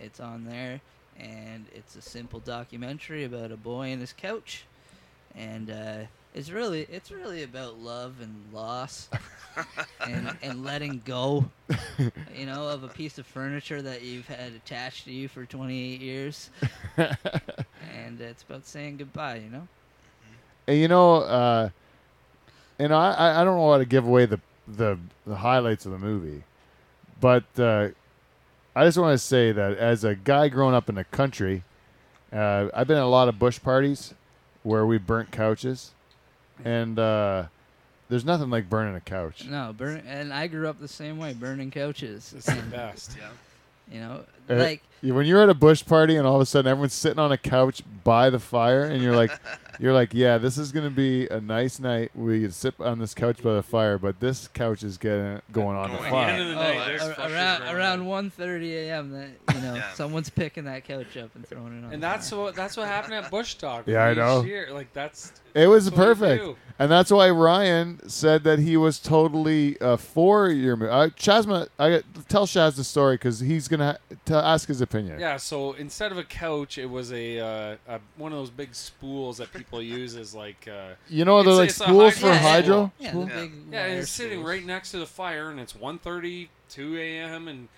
[SPEAKER 4] It's on there, and it's a simple documentary about a boy and his couch, and uh, it's really it's really about love and loss, and and letting go, you know, of a piece of furniture that you've had attached to you for 28 years, and it's about saying goodbye, you know.
[SPEAKER 1] And you know, uh, and I- I I don't know how to give away the the, the highlights of the movie, but uh, I just want to say that as a guy grown up in the country, uh, I've been at a lot of bush parties where we burnt couches, and uh, there's nothing like burning a couch.
[SPEAKER 4] No, burn, and I grew up the same way, burning couches.
[SPEAKER 7] It's the best.
[SPEAKER 2] Yeah.
[SPEAKER 4] You know,
[SPEAKER 1] Uh,
[SPEAKER 4] like
[SPEAKER 1] Yeah, when you're at a bush party and all of a sudden everyone's sitting on a couch by the fire and you're like you're like yeah this is going to be a nice night we could sit on this couch by the fire but this couch is getting going on the
[SPEAKER 2] Going
[SPEAKER 1] fire
[SPEAKER 2] in.
[SPEAKER 4] oh,
[SPEAKER 2] the night,
[SPEAKER 4] ar-
[SPEAKER 2] there's
[SPEAKER 3] flushes
[SPEAKER 4] around
[SPEAKER 3] going
[SPEAKER 4] around
[SPEAKER 3] on.
[SPEAKER 4] 1:30 a.m. That you know
[SPEAKER 2] Yeah.
[SPEAKER 4] someone's picking that couch up and throwing it on.
[SPEAKER 3] And
[SPEAKER 4] the
[SPEAKER 3] that's
[SPEAKER 4] fire.
[SPEAKER 3] what that's what happened at Bush Talk.
[SPEAKER 1] Yeah, I
[SPEAKER 3] each
[SPEAKER 1] know.
[SPEAKER 3] Year. Like that's
[SPEAKER 1] it was
[SPEAKER 3] that's what you
[SPEAKER 1] perfect
[SPEAKER 3] do.
[SPEAKER 1] and that's why Ryan said that he was totally uh, for your movie uh, Shazma I tell Shaz the story cuz he's going to to ask his opinion
[SPEAKER 3] Yeah, so instead of a couch, it was a, uh, a one of those big spools that people use as like uh,
[SPEAKER 1] you know they're
[SPEAKER 3] It's-
[SPEAKER 1] like
[SPEAKER 3] it's a
[SPEAKER 1] schools
[SPEAKER 3] hydro-
[SPEAKER 1] for
[SPEAKER 4] yeah,
[SPEAKER 1] hydro
[SPEAKER 4] Yeah, the
[SPEAKER 2] Yeah.
[SPEAKER 4] big
[SPEAKER 3] yeah, and
[SPEAKER 4] wire
[SPEAKER 3] it's sitting
[SPEAKER 4] stools.
[SPEAKER 3] right next to the fire, and it's 1.30, 2 a.m., and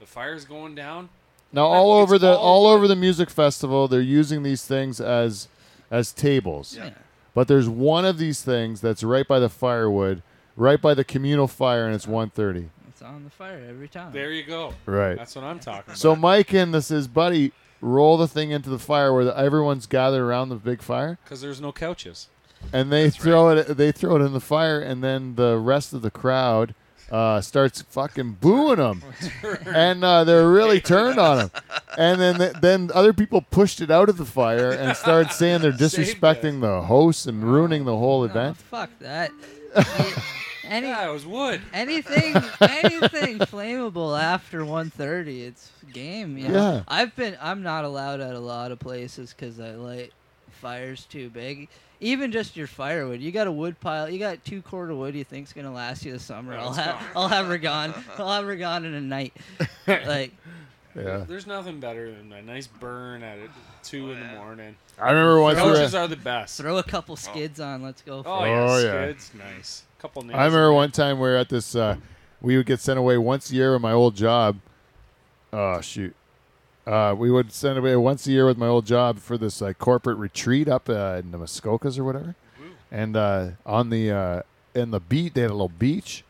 [SPEAKER 3] the fire's going down.
[SPEAKER 1] Now all
[SPEAKER 3] It's
[SPEAKER 1] over the
[SPEAKER 3] all
[SPEAKER 1] all
[SPEAKER 3] good.
[SPEAKER 1] over the music festival, they're using these things as as tables.
[SPEAKER 2] Yeah.
[SPEAKER 1] But there's one of these things that's right by the firewood, right by the communal fire, and it's 1:30.
[SPEAKER 4] It's on the fire every time.
[SPEAKER 3] There you go.
[SPEAKER 1] Right.
[SPEAKER 3] That's what I'm talking about.
[SPEAKER 1] So Mike and this is buddy roll the thing into the fire where the, everyone's gathered around the big fire,
[SPEAKER 3] Because there's no couches.
[SPEAKER 1] and they throw it they throw it in the fire, and then the rest of the crowd uh, starts fucking booing them. and uh, they're really turned on him. And then then other people pushed it out of the fire and started saying they're
[SPEAKER 3] Saved
[SPEAKER 1] disrespecting the hosts and ruining the whole
[SPEAKER 4] Oh,
[SPEAKER 1] event.
[SPEAKER 4] fuck that. Any
[SPEAKER 3] yeah, it was wood.
[SPEAKER 4] anything anything flammable after 1.30 it's game you know?
[SPEAKER 1] Yeah.
[SPEAKER 4] i've been i'm not allowed at a lot of places because i light fires too big even just your firewood you got a wood pile you got two cord of wood you think's gonna last you the summer
[SPEAKER 3] Yeah,
[SPEAKER 4] i'll
[SPEAKER 3] it's
[SPEAKER 4] have
[SPEAKER 3] gone.
[SPEAKER 4] i'll have her gone i'll have her gone in a night like
[SPEAKER 1] Yeah,
[SPEAKER 3] There's nothing better than a nice burn at it, 2 in the
[SPEAKER 2] yeah.
[SPEAKER 3] morning.
[SPEAKER 1] I remember once we were,
[SPEAKER 3] Couches are the best.
[SPEAKER 4] Oh, throw a couple skids on let's go
[SPEAKER 3] Oh,
[SPEAKER 4] for it.
[SPEAKER 3] yeah.
[SPEAKER 1] Oh, yeah.
[SPEAKER 3] Skids, nice. Couple nails.
[SPEAKER 1] I remember one time we were at this. Uh, we would get sent away once a year with my old job. Oh shoot. Uh, we would send away once a year with my old job for this uh, corporate retreat up uh, in the Muskokas or whatever. and uh, on the uh, in the beach they had a little beach,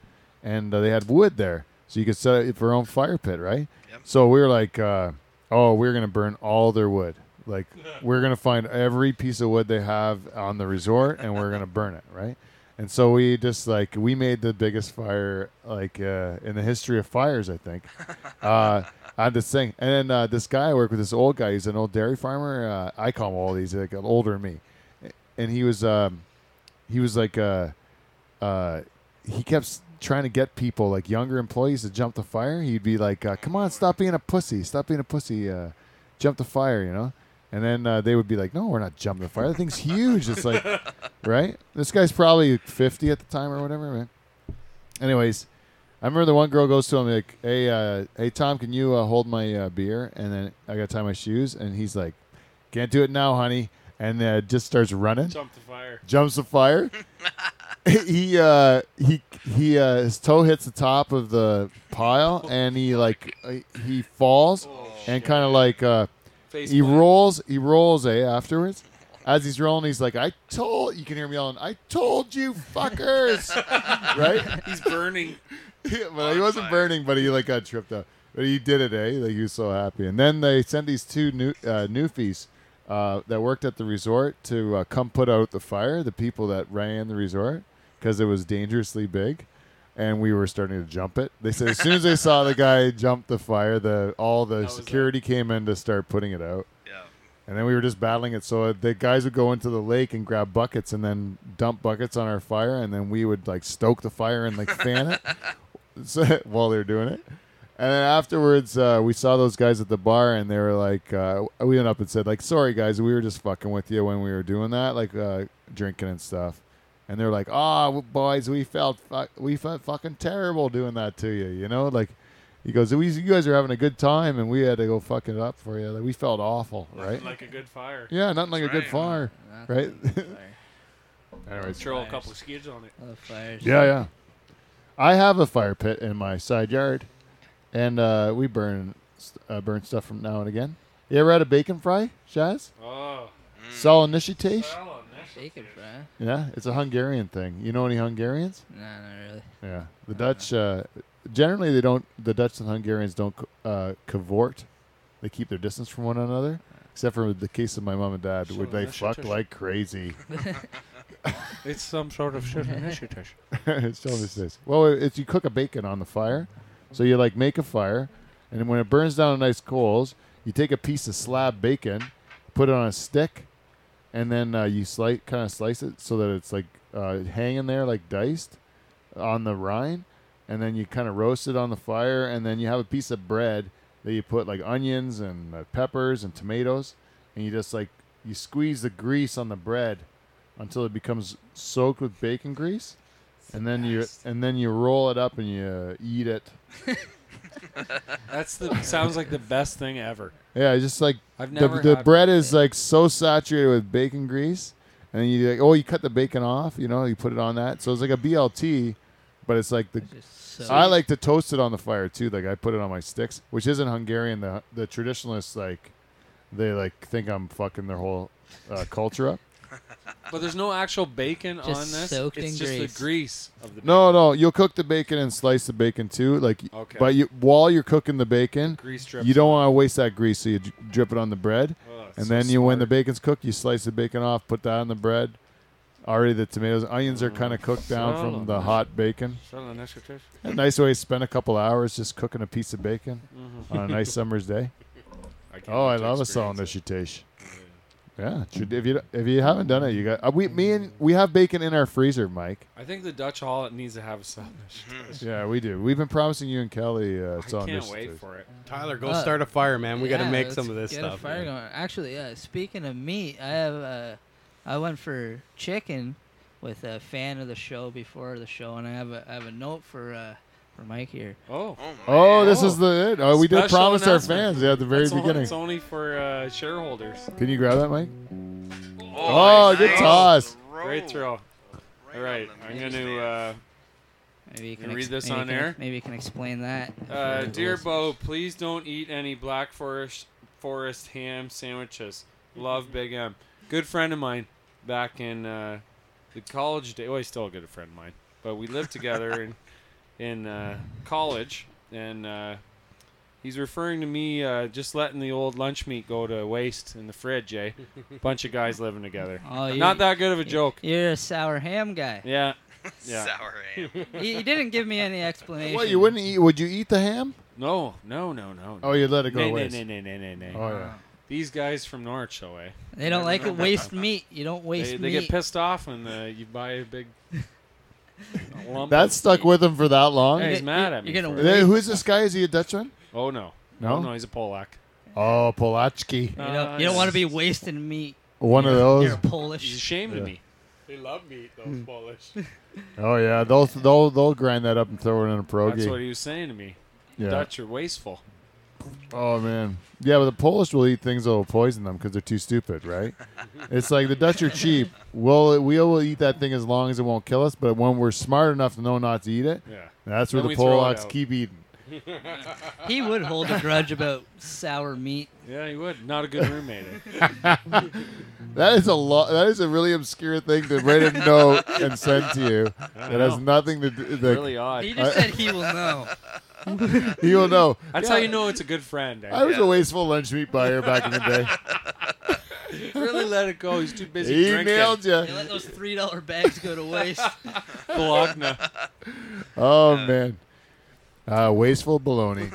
[SPEAKER 1] and uh, they had wood there, so you could set it for your own fire pit, right?
[SPEAKER 2] Yep.
[SPEAKER 1] So we were like, uh, oh, we're gonna burn all their wood. Like we're gonna find every piece of wood they have on the resort, and we're gonna burn it, right? And so we just like we made the biggest fire like uh, in the history of fires, I think. Uh, I'm just saying. And then uh, this guy I work with, this old guy, he's an old dairy farmer. Uh, I call him old. He's like older than me, and he was um, he was like uh, uh, he kept s- trying to get people like younger employees to jump the fire. He'd be like, uh, "Come on, stop being a pussy. Stop being a pussy. Uh, jump the fire," you know. And then uh, they would be like, "No, we're not jumping the fire. That thing's huge. It's like right? This guy's probably 50 at the time or whatever, man. Anyways, I remember the one girl goes to him like, "Hey, uh, hey, Tom, can you uh, hold my uh, beer?" And then I got to tie my shoes, and he's like, "Can't do it now, honey." And uh, just starts running,
[SPEAKER 7] Jump the fire.
[SPEAKER 1] jumps the fire. he uh, he he uh, his toe hits the top of the pile, and he like uh, he falls and kind of like. Uh,
[SPEAKER 3] Oh, Face
[SPEAKER 1] he
[SPEAKER 3] plant.
[SPEAKER 1] rolls he rolls a afterwards as he's rolling he's like i told you can hear me yelling i told you fuckers right
[SPEAKER 3] He's burning.
[SPEAKER 1] but he wasn't
[SPEAKER 2] fire.
[SPEAKER 1] burning but he like got tripped up but he did it eh like he was so happy and then they sent these two new uh, newfies uh, that worked at the resort to uh, come put out the fire the people that ran the resort because it was dangerously big and we were starting to jump it. They said as soon as they saw the guy jump the fire, the all the
[SPEAKER 7] was it.
[SPEAKER 1] security came in to start putting it out.
[SPEAKER 2] Yeah.
[SPEAKER 1] And then we were just battling it. So the guys would go into the lake and grab buckets and then dump buckets on our fire. And then we would like stoke the fire and like fan it so, while they were doing it. And then afterwards, uh, we saw those guys at the bar and they were like, uh, we went up and said, like, sorry guys, we were just fucking with you when we were doing that, like uh, drinking and stuff. And they were like, oh, boys, we felt fu- we felt fucking terrible doing that to you, you know? Like, he goes, we, you guys are having a good time and we had to go fuck it up for you. Like, we felt awful, right?
[SPEAKER 7] Like a good fire.
[SPEAKER 1] Yeah, nothing like
[SPEAKER 2] That's
[SPEAKER 1] a good
[SPEAKER 2] right.
[SPEAKER 1] fire. Right?
[SPEAKER 4] Fire. Oh,
[SPEAKER 1] Anyways.
[SPEAKER 7] Throw a couple of skids on it.
[SPEAKER 4] Love fires.
[SPEAKER 1] Yeah, yeah. I have a fire pit in my side yard, and uh, we burn st- uh, burn stuff from now and again. You ever had a bacon fry,
[SPEAKER 2] Mm.
[SPEAKER 1] Shaz?
[SPEAKER 7] Oh,
[SPEAKER 1] Sol initiate?
[SPEAKER 7] hell on that.
[SPEAKER 4] Bacon fry?
[SPEAKER 1] Yeah, it's a Hungarian thing. You know any Hungarians?
[SPEAKER 4] Nah, not really.
[SPEAKER 1] Yeah, the Dutch. Uh, generally, they don't. The Dutch and Hungarians don't co- uh, cavort. They keep their distance from one another, except for the case of my mom and dad, where they
[SPEAKER 3] Sure, sure,
[SPEAKER 1] fuck
[SPEAKER 3] sure.
[SPEAKER 1] like crazy.
[SPEAKER 3] It's some sort of shit initiative.
[SPEAKER 1] it's still this days. Well, it's you cook a bacon on the fire, so you like make a fire, and then when it burns down to nice coals, you take a piece of slab bacon, put it on a stick, and then uh, you slice kind of slice it so that it's like uh, hanging there like diced on the rind, and then you kind of roast it on the fire, and then you have a piece of bread that you put like onions and uh, peppers and tomatoes, and you just like you squeeze the grease on the bread until it becomes soaked with bacon grease and then you and then you roll it up and you eat it.
[SPEAKER 3] That's the sounds like the best thing ever.
[SPEAKER 1] Yeah, it's just like
[SPEAKER 3] I've
[SPEAKER 1] the,
[SPEAKER 3] never.
[SPEAKER 1] the
[SPEAKER 3] had
[SPEAKER 1] bread is like so saturated with bacon grease, and you like oh you cut the bacon off, you know you put it on that, so it's like a BLT, but it's like the
[SPEAKER 4] It's just so.
[SPEAKER 1] I like to toast it on the fire too. Like I put it on my sticks, which isn't Hungarian. The the traditionalists like they like think I'm fucking their whole uh, culture up.
[SPEAKER 3] But there's no actual bacon
[SPEAKER 4] Just
[SPEAKER 3] on this.
[SPEAKER 4] soaked
[SPEAKER 3] it's
[SPEAKER 4] in
[SPEAKER 3] just
[SPEAKER 4] grease.
[SPEAKER 3] the grease of the
[SPEAKER 1] No, no, you'll cook the bacon and slice the bacon too. Like,
[SPEAKER 3] Okay.
[SPEAKER 1] but you, while you're cooking the bacon,
[SPEAKER 3] grease drips.
[SPEAKER 1] you don't want to waste that grease, so you d- drip it on the bread.
[SPEAKER 3] Oh, it's
[SPEAKER 1] and
[SPEAKER 3] so
[SPEAKER 1] then you, when the
[SPEAKER 3] smart.
[SPEAKER 1] bacon's cooked, you slice the bacon off, put that on the bread. Already the tomatoes, onions are
[SPEAKER 3] Mm.
[SPEAKER 1] kind of cooked down from the hot bacon.
[SPEAKER 3] Shall I initiative?
[SPEAKER 1] A nice way to spend a couple hours just cooking a piece of bacon on a nice summer's day.
[SPEAKER 3] can't
[SPEAKER 1] oh, I
[SPEAKER 3] wait to
[SPEAKER 1] love a
[SPEAKER 3] Mm-hmm. experience
[SPEAKER 1] solid shish. Yeah, should- if you if you haven't done it, you got uh, we me and we have bacon in our freezer, Mike.
[SPEAKER 3] I think the Dutch Hall needs to have a solid
[SPEAKER 1] Yeah, we do. We've been promising you and Kelly uh,
[SPEAKER 3] I
[SPEAKER 1] solid
[SPEAKER 3] can't
[SPEAKER 1] nish
[SPEAKER 3] wait
[SPEAKER 1] dish.
[SPEAKER 3] for it.
[SPEAKER 8] Tyler, go
[SPEAKER 4] Uh,
[SPEAKER 8] start a fire, man. We got
[SPEAKER 4] Yeah,
[SPEAKER 8] to make
[SPEAKER 4] let's
[SPEAKER 8] some of this
[SPEAKER 4] get A
[SPEAKER 8] stuff.
[SPEAKER 4] fire going. Actually, yeah. Speaking of meat, I have uh, I went for chicken with a fan of the show before the show, and I have a I have a note for uh, for Mike here.
[SPEAKER 2] Oh,
[SPEAKER 3] Oh,
[SPEAKER 2] my
[SPEAKER 1] Oh, this
[SPEAKER 3] Oh.
[SPEAKER 1] is the it. Oh, we did
[SPEAKER 3] Special
[SPEAKER 1] promise our
[SPEAKER 3] announcement.
[SPEAKER 1] fans yeah, at the very
[SPEAKER 3] it's, Only,
[SPEAKER 1] beginning.
[SPEAKER 3] it's only for uh, shareholders.
[SPEAKER 1] Can you grab that, Mike?
[SPEAKER 2] Oh,
[SPEAKER 1] Oh, good
[SPEAKER 2] nice.
[SPEAKER 1] toss.
[SPEAKER 3] Great throw. All right, I'm going to. Uh,
[SPEAKER 4] Maybe you can
[SPEAKER 3] read this
[SPEAKER 4] maybe
[SPEAKER 3] on
[SPEAKER 4] you can-
[SPEAKER 3] air?
[SPEAKER 4] Maybe you can explain that.
[SPEAKER 3] Uh, dear Bo, please don't eat any black forest forest ham sandwiches. Love Big M. Good friend of mine back in uh, the college day. Well, he's still a good friend of mine, but we lived together in in uh, college, and uh, he's referring to me uh, just letting the old lunch meat go to waste in the fridge. Eh? Bunch of guys living together.
[SPEAKER 4] Oh, you-
[SPEAKER 3] Not that good of a joke.
[SPEAKER 4] You're a sour ham guy.
[SPEAKER 3] Yeah. Yeah.
[SPEAKER 2] Sour ham.
[SPEAKER 4] you, you didn't give me any explanation.
[SPEAKER 1] Well, you wouldn't eat. Would you eat the ham?
[SPEAKER 3] No. No. No. No.
[SPEAKER 1] Oh, you'd let it go
[SPEAKER 3] Nay,
[SPEAKER 1] away.
[SPEAKER 3] nay, nay, nay, nay, nay, nay.
[SPEAKER 1] Oh yeah.
[SPEAKER 3] These guys from Norwich, though, eh?
[SPEAKER 4] They don't like it. Waste meat. You don't waste
[SPEAKER 3] They,
[SPEAKER 4] meat.
[SPEAKER 3] they get pissed off when uh, you buy a big lump.
[SPEAKER 1] That stuck with him for that long.
[SPEAKER 3] Hey, he's
[SPEAKER 4] You're
[SPEAKER 3] mad at me.
[SPEAKER 4] gonna- you're
[SPEAKER 3] for
[SPEAKER 4] gonna
[SPEAKER 3] it.
[SPEAKER 1] Hey, who's this guy? Is he a Dutchman?
[SPEAKER 3] Oh no.
[SPEAKER 1] No?
[SPEAKER 3] Oh, no, he's a Polak.
[SPEAKER 1] Oh, Polacki.
[SPEAKER 4] You don't, you don't want to be wasting meat.
[SPEAKER 1] One of those.
[SPEAKER 4] You're Polish.
[SPEAKER 3] He's ashamed
[SPEAKER 1] Yeah.
[SPEAKER 3] of me.
[SPEAKER 7] They love meat, those Polish.
[SPEAKER 1] Oh yeah, they'll they'll they'll grind that up and throw it in a
[SPEAKER 3] That's
[SPEAKER 1] pierogi.
[SPEAKER 3] what he was saying to me.
[SPEAKER 1] yeah.
[SPEAKER 3] Dutch are wasteful.
[SPEAKER 1] Oh man, yeah, but the Polish will eat things that will poison them because they're too stupid, right? it's like the Dutch are cheap. Well, we will eat that thing as long as it won't kill us, but when we're smart enough to know not to eat it,
[SPEAKER 3] Yeah.
[SPEAKER 1] that's where
[SPEAKER 3] Then
[SPEAKER 1] the
[SPEAKER 3] we throw it
[SPEAKER 1] Polacks
[SPEAKER 3] out.
[SPEAKER 1] keep eating.
[SPEAKER 4] He would hold a grudge about sour meat.
[SPEAKER 3] Yeah, he would. Not a good roommate. eh?
[SPEAKER 1] That is a lot. That is a really obscure thing to write a note and send to you. That has nothing to do. Like,
[SPEAKER 3] really odd.
[SPEAKER 4] He just
[SPEAKER 1] I-
[SPEAKER 4] said he will know.
[SPEAKER 1] You will know.
[SPEAKER 3] That's
[SPEAKER 1] Yeah,
[SPEAKER 3] how you know it's a good friend. eh?
[SPEAKER 1] I was
[SPEAKER 2] Yeah.
[SPEAKER 1] a wasteful lunch meat buyer back in the day.
[SPEAKER 3] really let it go. He's too busy
[SPEAKER 1] he
[SPEAKER 3] drinking.
[SPEAKER 1] nailed you.
[SPEAKER 4] They let those three dollar bags go to waste.
[SPEAKER 3] Bologna.
[SPEAKER 1] Oh man, uh, wasteful baloney.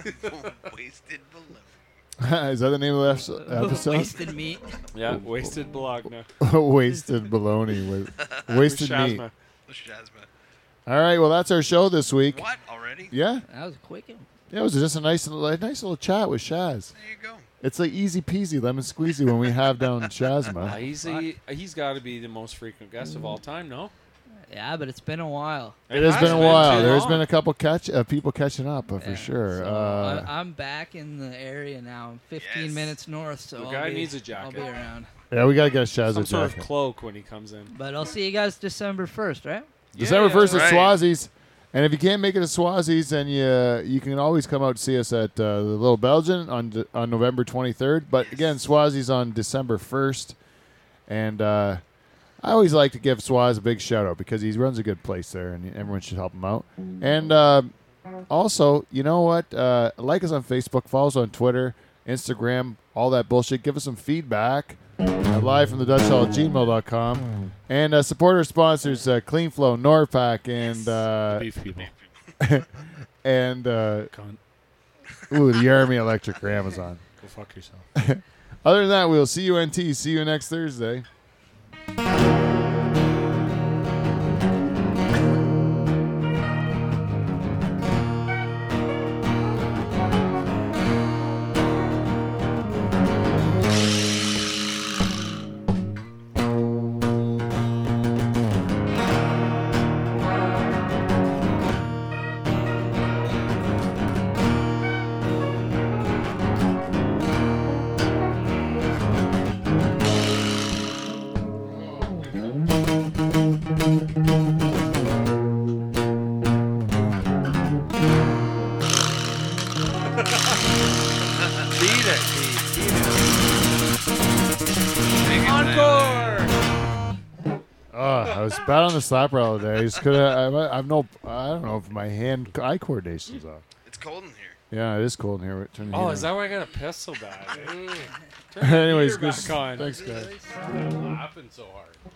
[SPEAKER 2] Wasted balloon.
[SPEAKER 1] is that the name of the episode? episode?
[SPEAKER 4] Wasted meat.
[SPEAKER 3] Yeah, wasted Bologna.
[SPEAKER 1] wasted baloney with wasted meat.
[SPEAKER 3] Shazma.
[SPEAKER 2] Jasmine.
[SPEAKER 1] All right, well that's our show this week.
[SPEAKER 2] What already?
[SPEAKER 1] Yeah,
[SPEAKER 4] That was a quick one.
[SPEAKER 1] yeah, it was just a nice, little, a nice little chat with Shaz.
[SPEAKER 2] There you go.
[SPEAKER 1] It's like easy peasy lemon squeezy when we have down
[SPEAKER 3] Uh,
[SPEAKER 1] Shazma.
[SPEAKER 3] he's he, has got to be the most frequent guest of all time, no?
[SPEAKER 4] Yeah, but it's been a while.
[SPEAKER 1] It has been a while.
[SPEAKER 3] too
[SPEAKER 1] There's
[SPEAKER 3] long.
[SPEAKER 1] been a couple catch uh, people catching up uh, for
[SPEAKER 4] Yeah,
[SPEAKER 1] sure.
[SPEAKER 4] so
[SPEAKER 1] uh,
[SPEAKER 4] I, I'm back in the area now. I'm 15
[SPEAKER 2] Yes.
[SPEAKER 4] minutes north, so
[SPEAKER 3] The
[SPEAKER 4] I'll
[SPEAKER 3] guy
[SPEAKER 4] be,
[SPEAKER 3] needs a
[SPEAKER 4] I'll
[SPEAKER 3] jacket.
[SPEAKER 4] be around.
[SPEAKER 1] yeah, we gotta get Shaz a
[SPEAKER 3] Some sort of
[SPEAKER 1] jacket.
[SPEAKER 3] cloak when he comes in.
[SPEAKER 4] But I'll see you guys December 1st, right?
[SPEAKER 1] December first
[SPEAKER 2] right.
[SPEAKER 1] at Swazies, and if you can't make it to Swazies, then you you can always come out to see us at uh, the Little Belgian on D- on November 23rd. But again, Swazies on December 1st, and uh, I always like to give Swaz a big shout out because he runs a good place there, and everyone should help him out. And uh, also, you know what? Uh, like us on Facebook, follow us on Twitter, Instagram, all that bullshit. Give us some feedback. Uh, live from the Dutch Hall at gmail.com. And uh, support our sponsors, uh, Clean Flow, Norpac, and uh,
[SPEAKER 3] Beef people.
[SPEAKER 1] and uh,
[SPEAKER 3] Cunt.
[SPEAKER 1] ooh, the Army Electric for Amazon.
[SPEAKER 3] Go fuck yourself.
[SPEAKER 1] Other than that, we'll see you NT. See you next Thursday.
[SPEAKER 2] Beat it, Pete. Beat it.
[SPEAKER 1] Ugh, I was bad on the slapper all day. I just could have. I, I've no. I don't know if my hand eye coordination's off.
[SPEAKER 2] It's cold in here.
[SPEAKER 1] Yeah, it is cold in here. Turn the
[SPEAKER 3] Oh,
[SPEAKER 1] heat
[SPEAKER 3] is
[SPEAKER 1] on.
[SPEAKER 3] that why I got a pistol bag?
[SPEAKER 1] Anyways,
[SPEAKER 3] You're back
[SPEAKER 1] good-
[SPEAKER 3] on.
[SPEAKER 1] thanks guys.
[SPEAKER 7] Laughing so hard.